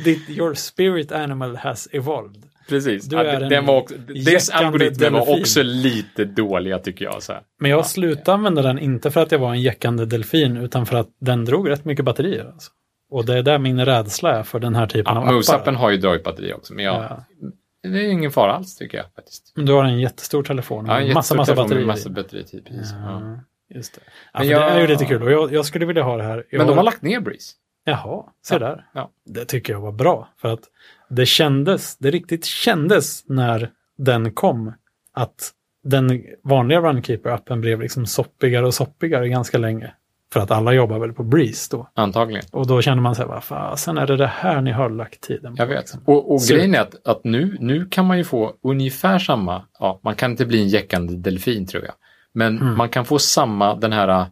S1: Ditt, your spirit animal has evolved.
S2: Precis.
S1: Du
S2: Ja,
S1: är
S2: det-
S1: en
S2: den var också, dess
S1: jäckande
S2: algoritmer var
S1: delfin.
S2: också lite dåliga tycker jag. Så här.
S1: Men jag
S2: Ja.
S1: slutade använda den inte för att jag var en jäckande delfin utan för att den drog rätt mycket batterier. Alltså. Och det är där min rädsla är för den här typen av
S2: Ja,
S1: appar.
S2: Moose-appen har ju dragit batteri också, men jag,
S1: Ja.
S2: det är ingen fara alls tycker jag faktiskt.
S1: Du har en jättestor telefon
S2: Ja,
S1: med
S2: en
S1: massa,
S2: jättestor
S1: Mm, massa
S2: telefon med
S1: batterier. i.
S2: Massa batteritid, precis. Ja.
S1: Ja. Just det. Ja,
S2: Men
S1: för
S2: jag-
S1: Det är ju lite kul och jag, jag skulle vilja ha det här. Jag
S2: Men de har lagt ner Breeze.
S1: Jaha, se
S2: Ja,
S1: där.
S2: ja.
S1: Det tycker jag var bra. För att det kändes, det riktigt kändes när den kom att den vanliga Runkeeper-appen blev liksom soppigare och soppigare ganska länge. För att alla jobbar väl på Breeze då.
S2: Antagligen.
S1: Och då känner man sig, vad fasen är det det här ni har lagt tiden på?
S2: Jag vet.
S1: liksom?"
S2: Och, och
S1: Så-
S2: grejen är att, att nu, nu kan man ju få ungefär samma, ja, man kan inte bli en jäckande delfin tror jag, men
S1: Mm.
S2: man kan få samma, den här äh,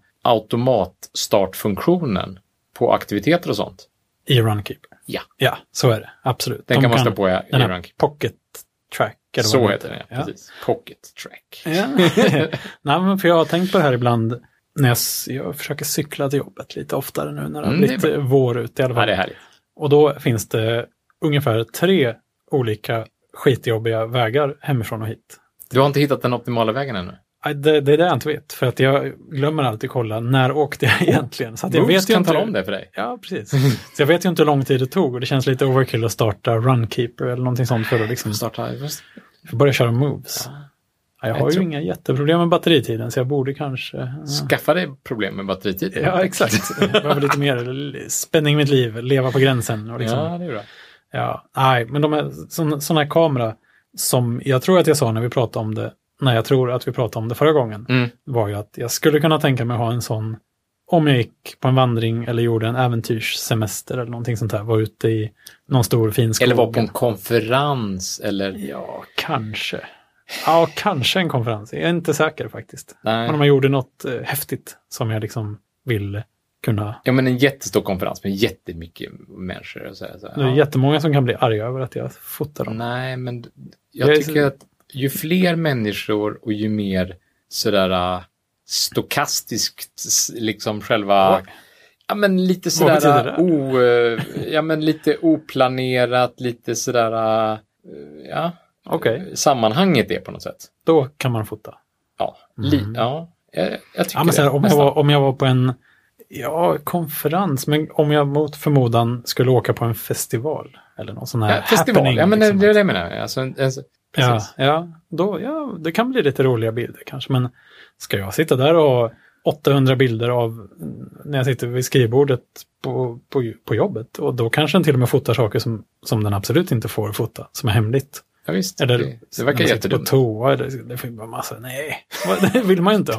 S2: automatstartfunktionen på aktiviteter och sånt.
S1: I Runkeeper.
S2: Ja.
S1: Ja, så är det. Absolut.
S2: Den
S1: De
S2: kan man slå på i, i
S1: Den här
S2: rank.
S1: pocket track. eller vad
S2: Så
S1: det
S2: heter den, ja. Precis. Pocket track.
S1: Ja. Nej, men för jag har tänkt på det här ibland när jag, s- jag försöker cykla till jobbet lite oftare nu när det har
S2: Mm, det är
S1: blivit vår ute i alla
S2: Ja,
S1: fall.
S2: det är härligt.
S1: Och då finns det ungefär tre olika skitjobbiga vägar hemifrån och hit.
S2: Du har inte hittat den optimala vägen ännu?
S1: Nej, Det, det är det jag inte vet, för att jag glömmer alltid kolla när åkte jag egentligen. Så att jag
S2: Moves
S1: vet ju
S2: kan
S1: inte.
S2: tala om det Mm. för dig.
S1: Ja, precis. Så jag vet ju inte hur lång tid det tog och det känns lite overkill att starta Runkeeper eller någonting sånt för att liksom
S2: Starta,
S1: börja köra moves. Ja, jag
S2: Mm. jag
S1: har ju
S2: tror-
S1: inga jätteproblem med batteritiden så jag borde kanske...
S2: skaffa dig problem med batteritiden.
S1: Ja, exakt. Jag behöver lite mer spänning i mitt liv, leva på gränsen. Och liksom. ja.
S2: Ja, det är bra.
S1: nej, men de är sån, sån här kamera som jag tror att jag sa när vi pratade om det, när jag tror att vi pratade om det förra gången,
S2: Mm.
S1: var ju att jag skulle kunna tänka mig att ha en sån om jag gick på en vandring eller gjorde en äventyrssemester eller någonting sånt där, var ute i någon stor fin skog.
S2: Eller vara på en konferens eller...
S1: Ja, kanske. Ja, kanske en konferens. Jag är inte säker faktiskt. Men
S2: Nej.
S1: om jag gjorde något eh, häftigt som jag liksom vill kunna
S2: Ja, men en jättestor konferens med jättemycket människor. Och så här, så här.
S1: Det är
S2: Ja.
S1: jättemånga som kan bli arga över att jag fotar dem.
S2: Nej, men d-
S1: Jag
S2: jag
S1: är
S2: tycker
S1: så-
S2: att ju fler människor och ju mer sådär äh, stokastiskt s- liksom själva...
S1: Oj.
S2: Ja, men lite
S1: betyder
S2: sådär
S1: det?
S2: äh, o, eh, ja, men lite oplanerat, lite sådär... äh, Ja,
S1: Okej,
S2: sammanhanget är på något sätt.
S1: då kan man fota.
S2: Ja, li,
S1: Mm.
S2: ja jag, jag tycker
S1: Ja, men så här, om,
S2: det.
S1: jag
S2: nästan.
S1: var, om jag var på en ja, konferens, men om jag mot förmodan skulle åka på en festival eller någon sån här
S2: ja, festival,
S1: happening.
S2: ja, men
S1: liksom.
S2: det är det jag menar. Alltså, en, en,
S1: ja,
S2: precis.
S1: ja, då, ja, det kan bli lite roliga bilder kanske, men ska jag sitta där och ha 800 bilder av mm, när jag sitter vid skrivbordet på, på, på jobbet och då kanske den till och med fotar saker som, som den absolut inte får fota, som är hemligt.
S2: Ja, visst,
S1: Eller
S2: det, det
S1: när
S2: verkar
S1: man sitter på
S2: jättedumt.
S1: toa, det, det finns bara massa, nej, det vill man ju inte ha.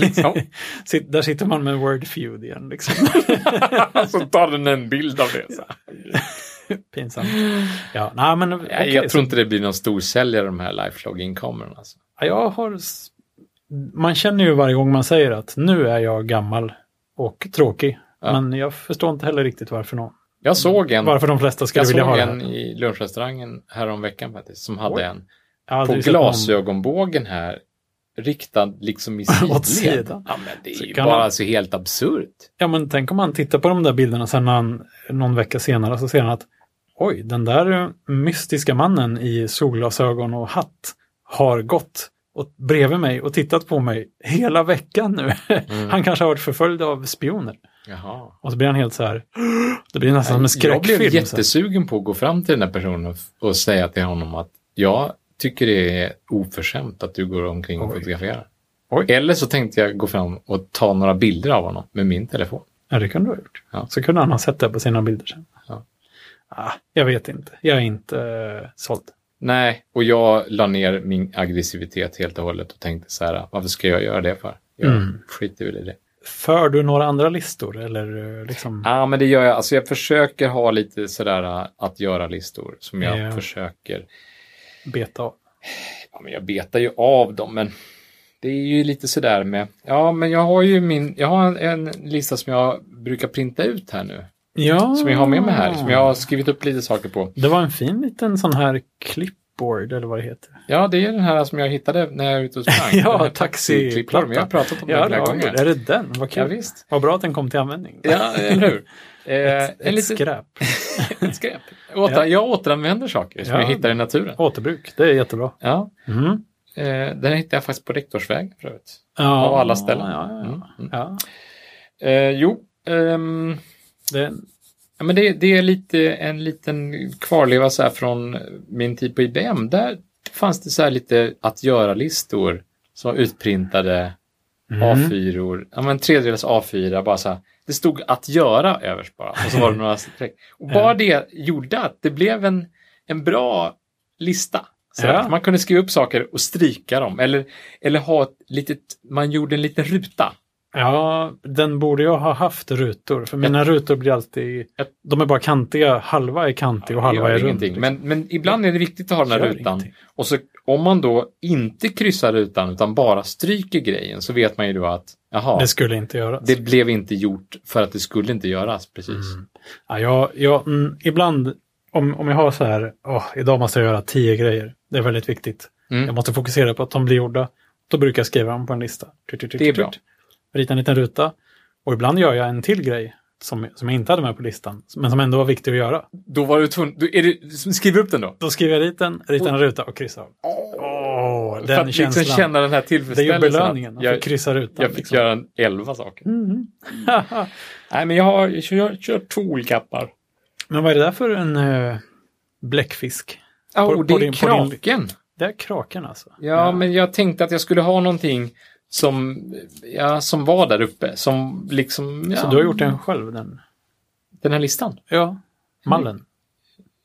S2: liksom.
S1: Sitt- Där sitter man med word feud igen, liksom.
S2: Så tar den en bild av det. Så.
S1: Pinsamt. Ja, nej, men,
S2: Ja,
S1: okej,
S2: jag
S1: så-
S2: tror inte det blir någon storsäljare de här lifelogging-kamerorna. Alltså.
S1: Ja, jag har... s- Man känner ju varje gång man säger att nu är jag gammal och tråkig.
S2: Ja.
S1: Men jag förstår inte heller riktigt varför, någon,
S2: Jag såg en,
S1: varför de flesta skulle
S2: jag
S1: vilja
S2: såg
S1: ha det.
S2: en
S1: här.
S2: i lunchrestaurangen häromveckan faktiskt, som hade
S1: Oj.
S2: en
S1: Jag har
S2: på
S1: aldrig sett någon-
S2: glasögonbågen här, riktad liksom i
S1: Åt
S2: sidled.
S1: sidan.
S2: Ja, men det är
S1: Så
S2: ju
S1: kan
S2: bara
S1: man-
S2: alltså helt absurt.
S1: Ja, men tänk om man tittar på de där bilderna sen när han, någon vecka senare så ser han att oj, den där mystiska mannen i solglasögon och hatt har gått och bredvid mig och tittat på mig hela veckan nu. Han kanske har varit förföljd av spioner.
S2: Jaha.
S1: Och så blir Mm. han helt så här, det blir nästan som en
S2: Jag
S1: skräckfilm.
S2: blev
S1: så här.
S2: jättesugen på att gå fram till den här personen och, och säga till honom att jag tycker det är oförskämt att du går omkring och
S1: Oj.
S2: fotograferar.
S1: Oj.
S2: Eller så tänkte jag gå fram och ta några bilder av honom med min telefon.
S1: Ja, det kunde du ha gjort.
S2: Ja.
S1: Så kunde han ha sett det på sina bilder sen.
S2: Ja.
S1: Ah, jag vet inte, jag är inte eh, såld.
S2: Nej, och jag la ner min aggressivitet helt och hållet och tänkte så här, varför ska jag göra det för? Jag
S1: Mm.
S2: skiter väl i det.
S1: För du några andra listor eller eh, liksom?
S2: Ja, men det gör jag. Alltså jag försöker ha lite sådär äh, att göra-listor som jag
S1: Ja.
S2: försöker
S1: beta av.
S2: ja, men jag betar ju av dem, men det är ju lite sådär med, ja, men jag har ju min, jag har en, en lista som jag brukar printa ut här nu,
S1: Ja.
S2: som jag har med mig här, som
S1: Ah.
S2: jag har skrivit upp lite saker på.
S1: Det var en fin liten sån här clipboard eller vad det heter.
S2: Ja, det är den här som jag hittade när jag var ute och sprang.
S1: Ja,
S2: Den här
S1: taxi-
S2: taxiklipparen, men jag har pratat om den flera gånger.
S1: är det den? Vad
S2: Ja,
S1: kul.
S2: visst.
S1: vad bra att den kom till användning.
S2: Ja, eller hur? Eh,
S1: Ett,
S2: en
S1: ett
S2: liten-
S1: skräp.
S2: ett skräp. Åter,
S1: Ja.
S2: Jag återanvänder saker som
S1: Ja.
S2: jag hittar i naturen.
S1: Återbruk, det är jättebra.
S2: Ja,
S1: Mm.
S2: eh, den hittade jag faktiskt på Rektorsvägen för övrigt.
S1: Ja,
S2: Av alla ställen.
S1: Ja, ja, ja.
S2: Mm, mm.
S1: ja.
S2: Eh, jo, ehm,
S1: Det,
S2: Ja, men det, det är lite, en liten kvarleva så här från min tid på IBM. Där fanns det så här lite att göra-listor som var utprintade
S1: Mm.
S2: A4, ja men tredjedels A4, bara så här. Det stod att göra överst bara. Och så var det några streck. Och bara det gjorde att det blev en, en bra lista. Så
S1: Ja.
S2: att man kunde skriva upp saker och stryka dem. Eller, eller ha ett litet, man gjorde en liten ruta.
S1: Ja, den borde jag ha haft rutor. För mina rutor blir alltid...
S2: Ett-
S1: De är bara kantiga. Halva är kantig och
S2: Det
S1: halva
S2: gör
S1: är rund.
S2: ingenting.
S1: liksom.
S2: Men, men ibland är det viktigt att ha den här
S1: Gör
S2: rutan.
S1: ingenting.
S2: Och så om man då inte kryssar rutan utan bara stryker grejen så vet man ju då att jaha,
S1: Det
S2: det,
S1: skulle inte göras.
S2: blev inte gjort för att det skulle inte göras.
S1: Mm.
S2: Precis.
S1: Ja, jag, jag, mm, ibland, om, om jag har så här, åh, idag måste jag göra tio grejer. Det är väldigt viktigt.
S2: Mm.
S1: Jag måste fokusera på att de blir gjorda. Då brukar jag skriva dem på en lista. Tut, tut, tut,
S2: Det är
S1: tut.
S2: bra.
S1: Rita en liten ruta. Och ibland gör jag en till grej som, som jag inte hade med på listan, men som ändå var viktig att göra.
S2: Då var du tvungen, då är det, skriv upp den då.
S1: Då skriver jag dit den, ritar en ruta och kryssar av. Åh,
S2: för att
S1: den
S2: liksom
S1: känslan.
S2: känna den här
S1: det är ju
S2: tillfredsställelsen.
S1: belöningen,
S2: att
S1: att få
S2: Jag,
S1: kryssa rutan.
S2: jag fick
S1: liksom.
S2: göra en elva saker.
S1: Mhm.
S2: Nej, men jag har jag kör, kört två olika appar.
S1: men vad är det där för en uh, bläckfisk?
S2: Åh,
S1: På- på
S2: det är
S1: din- på din-
S2: kraken.
S1: Det är kraken alltså.
S2: Ja, men jag tänkte att jag skulle ha någonting som, ja, som var där uppe. Som liksom, ja,
S1: Så du har gjort den själv, den?
S2: den här listan.
S1: Ja. Mallen.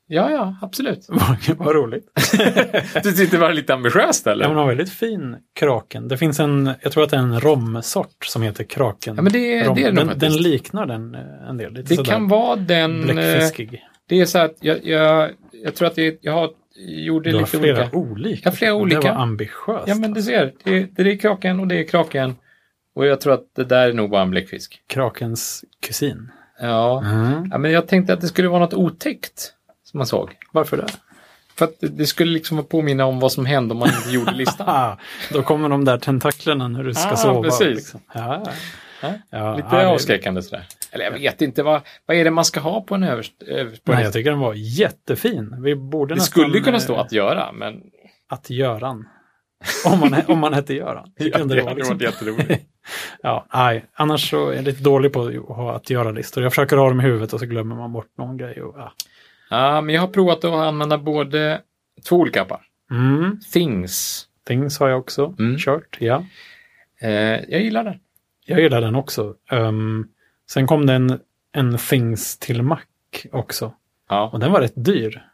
S2: Ja, ja, absolut.
S1: Vad- Vad roligt.
S2: Du tyckte det var lite ambitiöst eller?
S1: Ja, men har väldigt fin kraken. Det finns en, jag tror att det är en romsort som heter kraken.
S2: Ja, men det,
S1: Rom.
S2: det är det nog
S1: den, den
S2: faktiskt.
S1: liknar den eh, en del. Lite
S2: Det
S1: sådär
S2: kan vara den... eh,
S1: bläckfiskig.
S2: Det är så här att jag, jag, jag tror att det, jag har, gjorde
S1: Du har
S2: lite
S1: flera
S2: olika.
S1: olika.
S2: Ja, flera
S1: Det
S2: olika.
S1: var ambitiöst.
S2: Ja, men du ser. Det, är- det är kraken och det är kraken. Och jag tror att det där är nog bara en bläckfisk.
S1: Krakens kusin.
S2: Ja.
S1: Mm.
S2: ja, men jag tänkte att det skulle vara något otäckt som man såg.
S1: Varför det?
S2: För att det- det skulle liksom påminna om vad som hände om man inte gjorde listan.
S1: Ah, då kommer de där tentaklerna när du ska
S2: Ah,
S1: sova. liksom.
S2: precis.
S1: Ja.
S2: Ja,
S1: Ja,
S2: Lite
S1: ja, det-
S2: avskräckande sådär. Eller jag vet inte, vad, vad är det man ska ha på en överst... överst på en
S1: Nej,
S2: lista?
S1: jag tycker den var jättefin. Vi borde
S2: det
S1: nästan,
S2: skulle ju kunna
S1: eh,
S2: stå att göra, men...
S1: att Göran. Om man, om man hette Göran. Det
S2: Ja,
S1: kunde
S2: det
S1: det vara
S2: hade
S1: liksom.
S2: varit jätteroligt.
S1: Ja, nej. Annars så är jag lite dålig på att ha att göra-listor. Jag försöker ha dem i huvudet och så glömmer man bort någon grej. Och, ja.
S2: Ja, men jag har provat att använda både två olika appar.
S1: mm.
S2: Things.
S1: Things har jag också
S2: Mm.
S1: kört. Ja.
S2: Eh, jag gillar den.
S1: Jag gillar den också. Ehm, sen kom det en, en Things till Mac också.
S2: Ja.
S1: Och den var rätt dyr.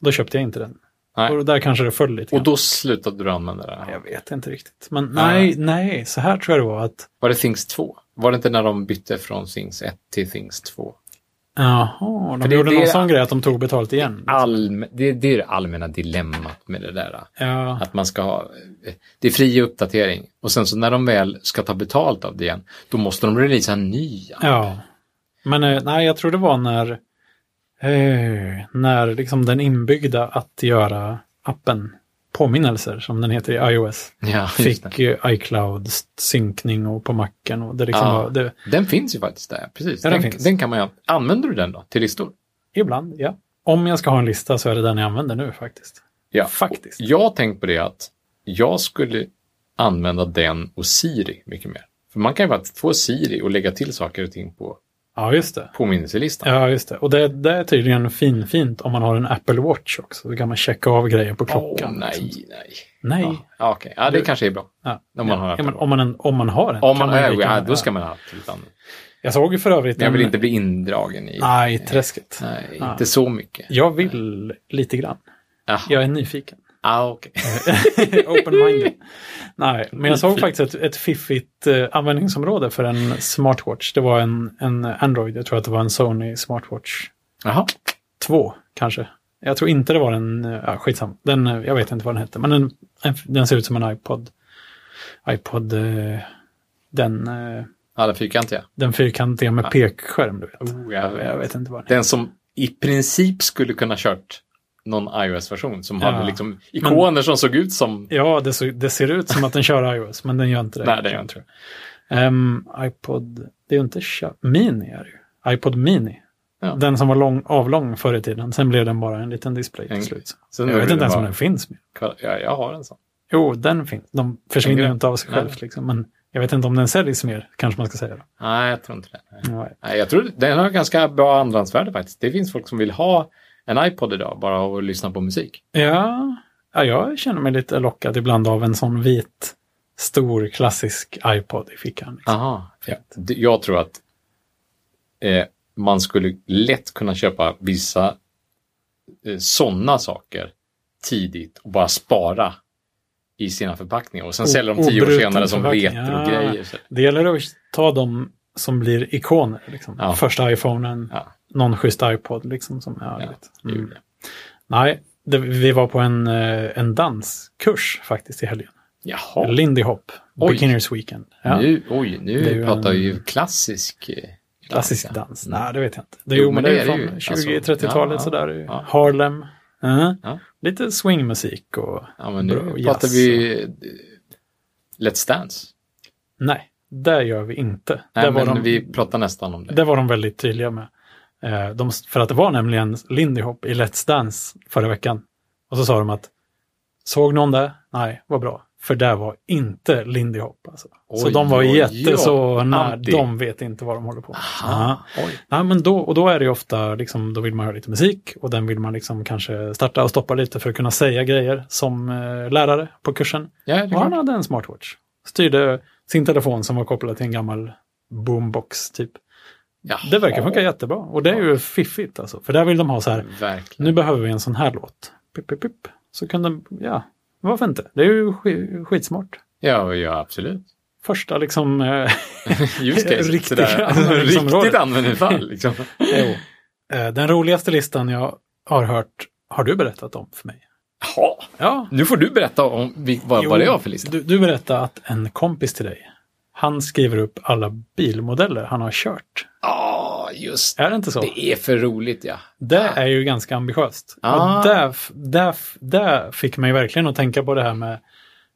S1: Då köpte jag inte den.
S2: Nej.
S1: Och där kanske det föll lite
S2: Och
S1: grann.
S2: då slutade du använda den.
S1: Jag vet inte riktigt. Men
S2: Nej.
S1: nej, nej, så här tror jag det var att
S2: Var det Things 2? Var det inte när de bytte från Things 1 till Things 2?
S1: Jaha, de
S2: För det-
S1: gjorde
S2: det-
S1: någon sån grej att de tog betalt igen.
S2: Allm- det, det är det allmänna dilemmat med det där.
S1: Ja,
S2: Att man ska ha... eh, Det är fri uppdatering. Och sen så när de väl ska ta betalt av det igen, då måste de releasa nya.
S1: ja. Men eh, nej, jag tror det var när, eh, när liksom den inbyggda att göra appen, påminnelser som den heter i iOS,
S2: Ja, just det. Ah.
S1: fick ju iCloud-synkning och på macken. Och det liksom
S2: Ja.
S1: var, det,
S2: Den finns ju faktiskt där. Precis.
S1: Ja,
S2: den,
S1: den
S2: den,
S1: finns.
S2: kan man ju... Använder du den då till listor?
S1: ibland, ja. Om jag ska ha en lista så är det den jag använder nu faktiskt.
S2: Ja.
S1: Faktiskt.
S2: Jag har tänkt på det att jag skulle använda den och Siri mycket mer. För man kan ju faktiskt få Siri och lägga till saker och ting på
S1: Ja, just det.
S2: påminnelselistan.
S1: Ja, just det. Och det, det är tydligen finfint om man har en Apple Watch också. Då kan man checka av grejer på klockan.
S2: Åh,
S1: liksom.
S2: nej, nej.
S1: Nej.
S2: Ja, ja, okej. ja det
S1: Du-
S2: kanske är bra.
S1: Ja.
S2: Om man har
S1: ja,
S2: Apple
S1: men om, man en, om man har en.
S2: Om
S1: kan
S2: man är,
S1: ju lika
S2: ja,
S1: gärna-
S2: då ska man ha allt utan.
S1: Jag såg ju för övrigt
S2: Men jag
S1: en...
S2: vill inte bli indragen i...
S1: Nej, träsket.
S2: Nej, inte
S1: Ja.
S2: så mycket.
S1: Eh, Jag vill lite grann.
S2: Ja,
S1: Jag är nyfiken.
S2: ah, okej.
S1: Open-minded. Nej, men jag såg faktiskt ett, ett fiffigt eh, användningsområde för en smartwatch. Det var en, en Android, jag tror att det var en Sony smartwatch
S2: Jaha.
S1: 2 kanske. Jag tror inte det var en, eh, ja skitsam, den, eh, jag vet inte vad den hette, men den, en- den ser ut som en iPod. iPod, eh, den, eh,
S2: Alla fyrkantiga.
S1: den fyrkantiga med pekskärm du vet.
S2: Oh, jag vet.
S1: Jag vet inte vad den
S2: Den som i princip skulle kunna kört någon iOS-version som
S1: Ja.
S2: hade liksom ikoner som såg ut som...
S1: Ja, det, så, det ser ut som att den kör iOS, men den gör inte det.
S2: Nej, den gör inte det.
S1: Ehm, iPod, det är ju inte kö- Mini är det ju. iPod Mini.
S2: Ja.
S1: Den som var lång, avlång förr i tiden. Sen blev den bara en liten display
S2: En-
S1: till slut.
S2: Sen
S1: Jag vet
S2: blir
S1: inte
S2: det
S1: ens om
S2: bara-
S1: den finns mer.
S2: Kolla, ja, jag har en sån.
S1: Jo, den finns. De försvinner
S2: En
S1: ju
S2: grej.
S1: inte av sig
S2: Nej.
S1: själv. Liksom. Men jag vet inte om den säljs mer, kanske man ska säga. Då.
S2: Nej, jag tror inte det. Nej.
S1: Nej.
S2: Nej, jag tror den har ganska bra andrahandsvärde faktiskt. Det finns folk som vill ha en iPod idag bara av att lyssna på musik.
S1: Ja, ja, jag känner mig lite lockad ibland av en sån vit stor klassisk iPod i fickan. Liksom.
S2: Aha.
S1: Ja.
S2: Det- Jag tror att eh, man skulle lätt kunna köpa vissa eh, sådana saker tidigt och bara spara i sina förpackningar och sen
S1: O-
S2: säljer de tio år
S1: obruten
S2: senare som
S1: förpackning.
S2: retrogrejer. Så-
S1: Det gäller att ta de som blir ikoner. Liksom.
S2: Ja.
S1: Första iPhonen,
S2: Ja.
S1: någon schysst iPod liksom, som är
S2: Ja,
S1: ärligt.
S2: det är ju det.
S1: Nej, det, vi var på en, eh, en danskurs faktiskt i helgen.
S2: Jaha,
S1: Lindy Hop,
S2: Oj.
S1: Beginners Weekend. Ja.
S2: nu, oj, nu
S1: Det är ju
S2: pratar vi
S1: en-
S2: ju klassisk eh,
S1: Klassisk
S2: dans, ja.
S1: dans? Nej, det vet jag inte. Det är jo, men det är
S2: ju.
S1: från
S2: Alltså,
S1: 20-30-talet
S2: ja,
S1: sådär.
S2: ja.
S1: Harlem. Ja.
S2: Ja.
S1: Lite swingmusik och...
S2: Ja, men nu
S1: Bra,
S2: pratar
S1: jazz.
S2: vi eh, Let's Dance.
S1: Nej, det gör vi inte.
S2: Nej,
S1: det, var
S2: men
S1: de,
S2: vi pratar nästan om det.
S1: det var de väldigt tydliga med. Eh, De, för att det var nämligen Lindy Hop i Let's Dance förra veckan. Och så sa de att såg någon det? Nej, vad bra. För det var inte Lindy Hop. Alltså. så
S2: Oj,
S1: de var
S2: oj,
S1: jätteså...
S2: oj.
S1: Nej,
S2: Anti.
S1: de vet inte vad de håller på med. Ja.
S2: Aha, oj.
S1: Nej, men då, och då är det ju ofta, liksom, då vill man höra lite musik och den vill man liksom kanske starta och stoppa lite för att kunna säga grejer som eh, lärare på kursen.
S2: Ja, det är
S1: Och
S2: klart.
S1: han hade en smartwatch. Styrde sin telefon som var kopplad till en gammal boombox typ.
S2: Jaha.
S1: Det verkar funka jättebra och det är ju fiffigt alltså. För där vill de ha så här,
S2: Verkligen.
S1: nu behöver vi en sån här låt. Pip, pip, pip. Så kan de, ja, varför inte? Det är ju sk- skitsmart.
S2: Ja, ja absolut.
S1: Första liksom, eh,
S2: Use case.
S1: Riktigt
S2: sådär.
S1: användningsområde.
S2: Riktigt användningsfall. Liksom.
S1: jo. Eh, den roligaste listan jag har hört har du berättat om för mig.
S2: Jaha,
S1: Ja,
S2: nu får du berätta om vi- vad, vad det var för lista.
S1: Du, du berättade att en kompis till dig, han skriver upp alla bilmodeller han har kört.
S2: Ja, just det.
S1: Är det inte så? Det,
S2: Det är för roligt, ja.
S1: är ju ganska ambitiöst.
S2: Ah.
S1: Och där, f- där, f- där fick mig verkligen att tänka på det här med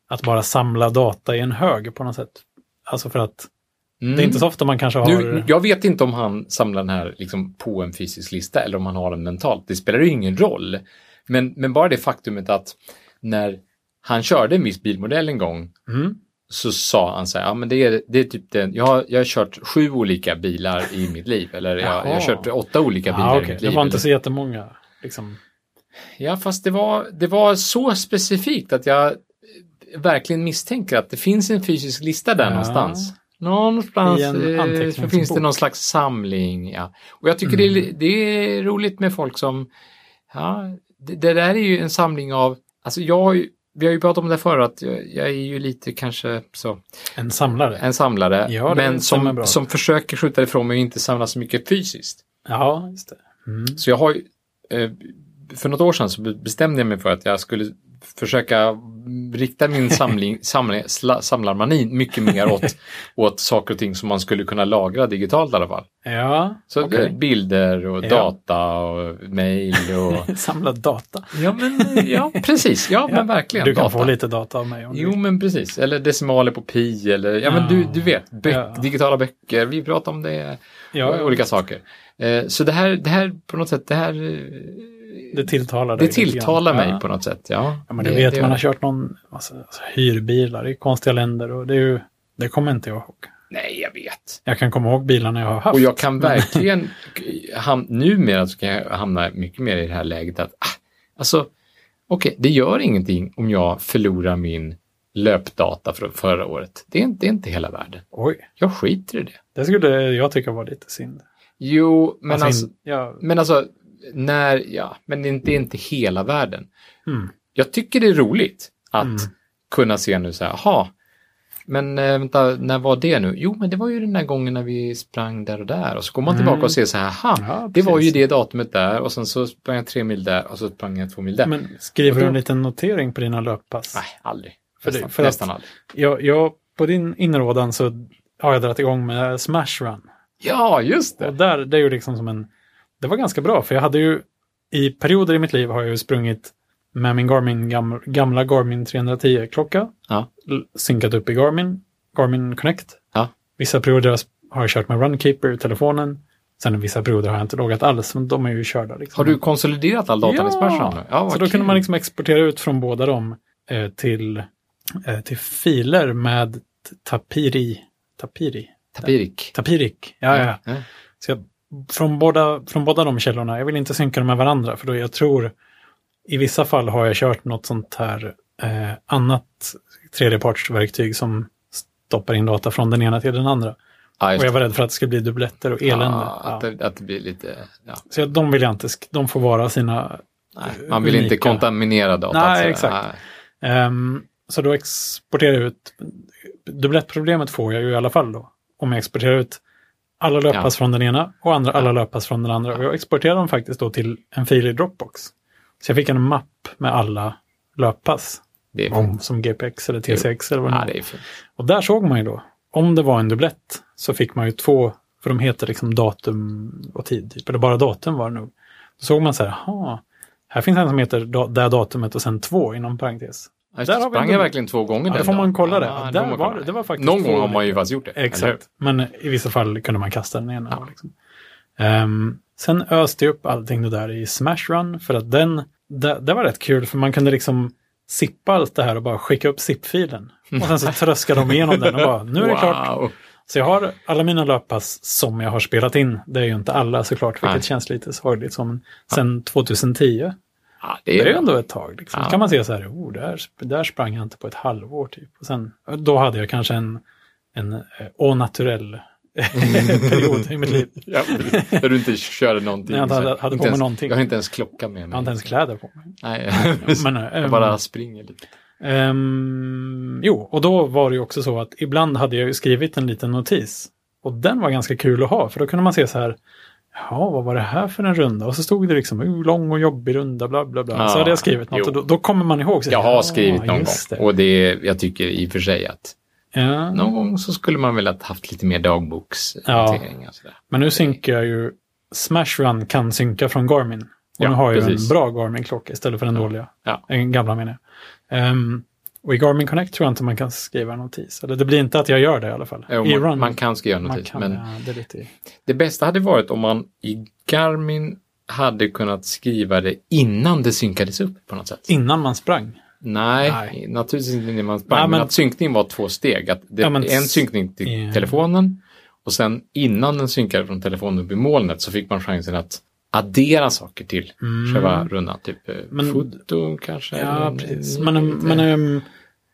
S1: att bara samla data i en hög på något sätt. Alltså för att
S2: Mm.
S1: det är inte så ofta man kanske har...
S2: Nu, jag vet inte om han samlar den här liksom, på en fysisk lista eller om han har den mentalt. Det spelar ju ingen roll. Men, men bara det faktumet att när han körde en viss bilmodell en gång
S1: Mm.
S2: så sa han så här, ja men det är, det är typ den, jag har, jag har kört sju olika bilar i mitt liv, eller jag, jag har
S1: Jaha.
S2: kört åtta olika bilar
S1: Ja,
S2: i
S1: okej.
S2: mitt liv.
S1: Det var inte
S2: eller-
S1: så jättemånga. Liksom.
S2: Ja, fast det var, det var så specifikt att jag verkligen misstänker att det finns en fysisk lista där
S1: Ja.
S2: någonstans. Någonstans
S1: I en
S2: eh, så
S1: anteckningsbok. Mm.
S2: finns det någon slags samling. Ja. Och jag tycker det, är, det är roligt med folk som, ja, det, det där är ju en samling av, alltså jag har ju, vi har ju pratat om det förr att jag, jag är ju lite kanske så,
S1: En samlare.
S2: en samlare,
S1: Ja, det
S2: men
S1: stämmer
S2: som,
S1: bra.
S2: som försöker skjuta ifrån mig och inte samla så mycket fysiskt.
S1: Ja, just det. Mm.
S2: Så jag har ju, eh, för något år sedan så bestämde jag mig för att jag skulle försöka rikta min samling, samling, sla, samlarmani mycket mer åt, åt saker och ting som man skulle kunna lagra digitalt i alla fall.
S1: Ja,
S2: Så eh,
S1: okej.
S2: bilder och
S1: Ja.
S2: data och mejl och...
S1: Samla data.
S2: ja, men, ja, precis. Ja, men verkligen.
S1: Du kan
S2: data.
S1: få lite data av mig. om du
S2: Jo, men precis. Eller decimaler på pi eller... Ja, men du, du vet. Bö-
S1: Ah. Ja.
S2: Digitala böcker. Vi pratar om det.
S1: Ja,
S2: olika saker. Eh, så det här, det här på något sätt, det här... eh,
S1: Det tilltalar dig
S2: Det
S1: lite grann.
S2: tilltalar mig
S1: Ja.
S2: på något sätt, ja.
S1: Ja, men det, vet man har
S2: gör-
S1: kört någon alltså, alltså, hyrbilar i konstiga länder och det, är ju, det kommer inte jag ihåg.
S2: Nej, jag vet.
S1: Jag kan komma ihåg bilarna jag har haft.
S2: Och jag kan verkligen, ham- numera så kan jag hamna mycket mer i det här läget att, ah, alltså, okej, det gör ingenting om jag förlorar min löpdata från förra året. Det är, inte- det är inte hela världen.
S1: Oj,
S2: Jag skiter i det.
S1: det skulle jag tycka var lite synd.
S2: Jo, men alltså,
S1: in- ja,
S2: men alltså, när, ja, men det är inte, det är inte hela världen.
S1: mm,
S2: jag tycker det är roligt att
S1: Mm.
S2: kunna se nu så här, jaha, men eh, vänta, när var det nu? Jo, men det var ju den där gången när vi sprang där och där och så går man
S1: Mm.
S2: tillbaka och ser så här, ha,
S1: Ja,
S2: det var ju
S1: precis.
S2: det datumet där och sen så sprang jag tre mil där och så sprang jag två mil där.
S1: men skriver
S2: Och
S1: du
S2: då-
S1: en liten notering på dina löppass?
S2: Nej, aldrig.
S1: För det-
S2: nästan
S1: för att-
S2: nästan aldrig.
S1: Jag, jag, på din inrådan så har jag dragit igång med Smash Run.
S2: Ja, just
S1: Och
S2: det.
S1: där, det är ju liksom som en... Det var ganska bra, för jag hade ju... I perioder i mitt liv har jag ju sprungit med min Garmin, gam, gamla Garmin 310-klocka.
S2: Ja.
S1: L- Synkat upp i Garmin, Garmin Connect.
S2: Ja.
S1: Vissa perioder har jag sp- har jag kört med Runkeeper i telefonen. Sen vissa perioder har jag inte loggat alls, men de är ju körda. Liksom.
S2: Har du konsoliderat all data
S1: Ja.
S2: i Smashan nu? Ja, vad
S1: Så då
S2: kul.
S1: kunde man liksom exportera ut från båda dem eh, till, eh, till filer med t- Tapiri. Tapiri?
S2: Tapirik.
S1: Tapirik, ja, ja. ja.
S2: Ja.
S1: Så jag, från, båda, från båda de källorna, jag vill inte synka dem med varandra för då jag tror i vissa fall har jag kört något sånt här eh, annat tredjepartsverktyg som stoppar in data från den ena till den andra.
S2: Ja, just
S1: Och jag var rädd för att det skulle bli dubbletter och
S2: det.
S1: elände.
S2: Ja,
S1: Ja.
S2: att, det, att det blir lite... Ja.
S1: Så jag- de vill jag inte, sk- de får vara sina
S2: Nej, man vill inte
S1: Unika.
S2: kontaminera alltså. datat.
S1: Nej,
S2: sådär.
S1: exakt. Ehm, så då exporterar jag ut, dubblettproblemet får jag ju i alla fall då. Om jag exporterar ut alla löppass från den ena och andra, alla löppass från den andra. Och jag exporterar dem faktiskt då till en fil i Dropbox. Så jag fick en mapp med alla löppass.
S2: Det är fint.
S1: Om, som GPX eller TCX eller vad det
S2: Ja,
S1: nu
S2: det är fint.
S1: Och där såg man ju då, om det var en dubblett så fick man ju två, för de heter liksom datum och tid, typ, eller bara datum var det nog. Då såg man så här, jaha, här finns en som heter da, det här datumet och sen två inom parentes.
S2: Ja, just
S1: Där
S2: det.
S1: har vi
S2: Sprang
S1: en
S2: jag
S1: dubbel-
S2: verkligen två gånger
S1: Ja,
S2: den
S1: då får
S2: dagen?
S1: man kolla det.
S2: Ja,
S1: Och
S2: det
S1: där
S2: får man
S1: var
S2: kolla.
S1: det- det var faktiskt
S2: Någon gång
S1: två
S2: har man ju faktiskt gjort det. eller hur?
S1: Exakt, men i vissa fall kunde man kasta den ena.
S2: Ja.
S1: Liksom. Ehm, sen öste jag upp allting det där i Smash Run för att den, det, det var rätt kul för man kunde liksom zippa allt det här och bara skicka upp zip-filen. Och sen så tröskade de igenom den och bara, nu är det klart.
S2: Wow.
S1: Så jag har alla mina löppass som jag har spelat in. Det är ju inte alla såklart, vilket
S2: Nej.
S1: känns lite sorgligt. Som sen 2010,
S2: Ja,
S1: det
S2: det
S1: är ju
S2: är
S1: ändå ett tag. Liksom.
S2: Ja.
S1: kan man se så här, oh, där, där sprang jag inte på ett halvår typ. Och sen, då hade jag kanske en, en eh, au naturel period i mitt liv.
S2: Ja, Där du inte körde någonting.
S1: Nej, jag hade- hade
S2: Så-
S1: på
S2: inte
S1: mig
S2: ens,
S1: någonting.
S2: Jag har inte ens klocka med mig.
S1: Jag har inte ens kläder på mig.
S2: Nej,
S1: Men,
S2: jag
S1: ehm,
S2: bara springer lite.
S1: Ehm, jo, och då var det ju också så att ibland hade jag ju skrivit en liten notis. Och den var ganska kul att ha, för då kunde man se så här, ja, vad var det här för en runda? Och så stod det liksom, "Uh, lång och jobbig runda, bla bla bla.
S2: Ja,
S1: så hade jag skrivit något
S2: jo.
S1: och då, då kommer man ihåg. Så,
S2: Jag
S1: "Ja,
S2: har skrivit någon gång
S1: just det."
S2: och det är, jag tycker i och för sig att
S1: ja.
S2: någon gång så skulle man väl ha haft lite mer dagbokshantering. och sådär.
S1: Men nu synkar jag ju, Smash Run kan synka från Garmin. Och
S2: Ja,
S1: nu har jag ju en
S2: precis.
S1: bra Garmin-klocka istället för den dåliga.
S2: Ja.
S1: En gamla menar jag. Ehm, och i Garmin Connect tror jag inte man kan skriva en notis. Eller det blir inte att jag gör det i alla fall.
S2: Jo,
S1: I
S2: man,
S1: Run
S2: man kan skriva
S1: man
S2: något,
S1: kan,
S2: men
S1: ja, det är lite...
S2: det bästa hade varit om man i Garmin hade kunnat skriva det innan det synkades upp på något sätt.
S1: Innan man sprang.
S2: Nej,
S1: Nej.
S2: naturligtvis inte när man sprang,
S1: Nej,
S2: men,
S1: men-
S2: att synkning var två steg. Att det,
S1: Ja, men-
S2: en synkning till
S1: Ja.
S2: telefonen och sen innan den synkade från telefonen upp i molnet så fick man chansen att addera saker till själva rundan. Typ eh,
S1: Mm. Men-
S2: foton kanske?
S1: Ja,
S2: eller-
S1: precis. Men, ehm, men ehm,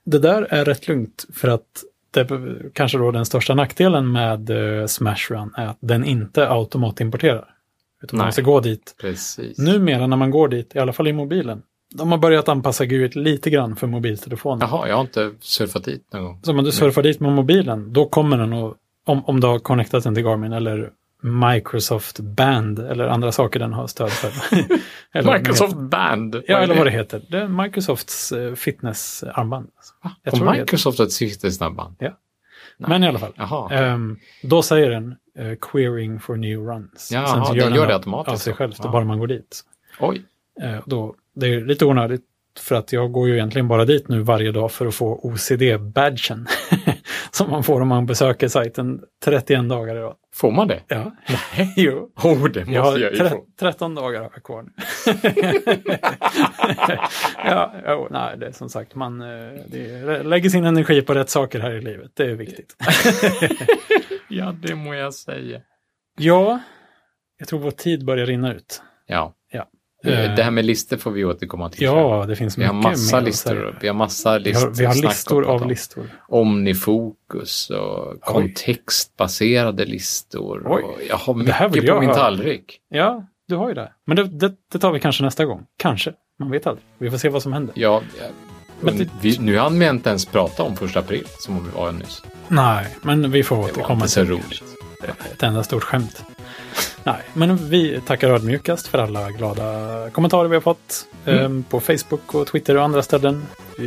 S1: det där är rätt lugnt för att det är kanske då den största nackdelen med eh, Smash Run är att den inte automatimporterar. Utan man
S2: Nej.
S1: måste gå dit.
S2: precis.
S1: Numera när man går dit, i alla fall i mobilen, de har börjat anpassa GUIT lite grann för mobiltelefoner.
S2: Jaha, Mm. jag har inte surfat dit någon gång.
S1: Så om du surfar dit med mobilen, då kommer den och om, om du har connectat den till Garmin eller Microsoft Band eller andra saker den har stöd för. Eller vad den heter.
S2: Microsoft Band!
S1: Ja, eller vad det heter. Det är Microsofts eh, fitnessarmband. jag tror det
S2: Kom
S1: heter.
S2: Microsoft att syfte snabban? Nej.
S1: Men i alla fall.
S2: Jaha.
S1: ehm, då säger den eh, querying for new runs.
S2: Jaha,
S1: Sen så
S2: den gör
S1: av-
S2: det automatiskt
S1: Av sig
S2: då?
S1: själv, då
S2: Ja.
S1: bara man går dit.
S2: Oj.
S1: Eh, och då, det är lite onödigt för att jag går ju egentligen bara dit nu varje dag för att få OCD-badgen. som man får om man besöker sajten 31 dagar i rad.
S2: Får man det?
S1: Ja. jo.
S2: Oh, det måste
S1: Jag
S2: jag,
S1: har
S2: ju få.
S1: tre- 13 dagar har jag kvar nu. ja, jo, nej, det är som sagt, man eh, det, lägger sin energi på rätt saker här i livet. Det är viktigt.
S2: Ja, det må jag säga.
S1: Ja, jag tror vår tid börjar rinna ut.
S2: Ja.
S1: Ja.
S2: Eh, Det här med listor får vi återkomma till.
S1: Eh, Ja, det finns
S2: Vi har
S1: mycket mer
S2: massa
S1: att
S2: listor
S1: säga.
S2: upp. Vi har massa
S1: Vi
S2: listor.
S1: har, vi har
S2: snack
S1: listor
S2: att prata
S1: av
S2: om.
S1: listor.
S2: Omnifokus och kontextbaserade listor.
S1: Oj.
S2: Och jag har
S1: Det här vill
S2: mycket på
S1: jag
S2: min
S1: höra.
S2: tallrik.
S1: Ja, du har ju det. Men det, det, det tar vi kanske nästa gång. Kanske. Man vet aldrig. Vi får se vad som händer.
S2: Ja, ja.
S1: Men
S2: Men
S1: det-
S2: vi, nu hann vi inte ens prata om första april som om vi var nyss.
S1: Nej, men vi får
S2: Det var
S1: återkomma
S2: inte så
S1: till
S2: roligt.
S1: ett enda stort skämt. Nej, men vi tackar ödmjukast för alla glada kommentarer vi har fått eh, på Facebook och Twitter och andra ställen. Eh,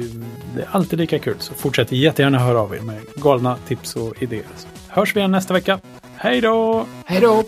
S1: Det är alltid lika kul, så fortsätt jättegärna höra av er med galna tips och idéer. Så hörs vi igen nästa vecka. Hej då!
S2: Hej då!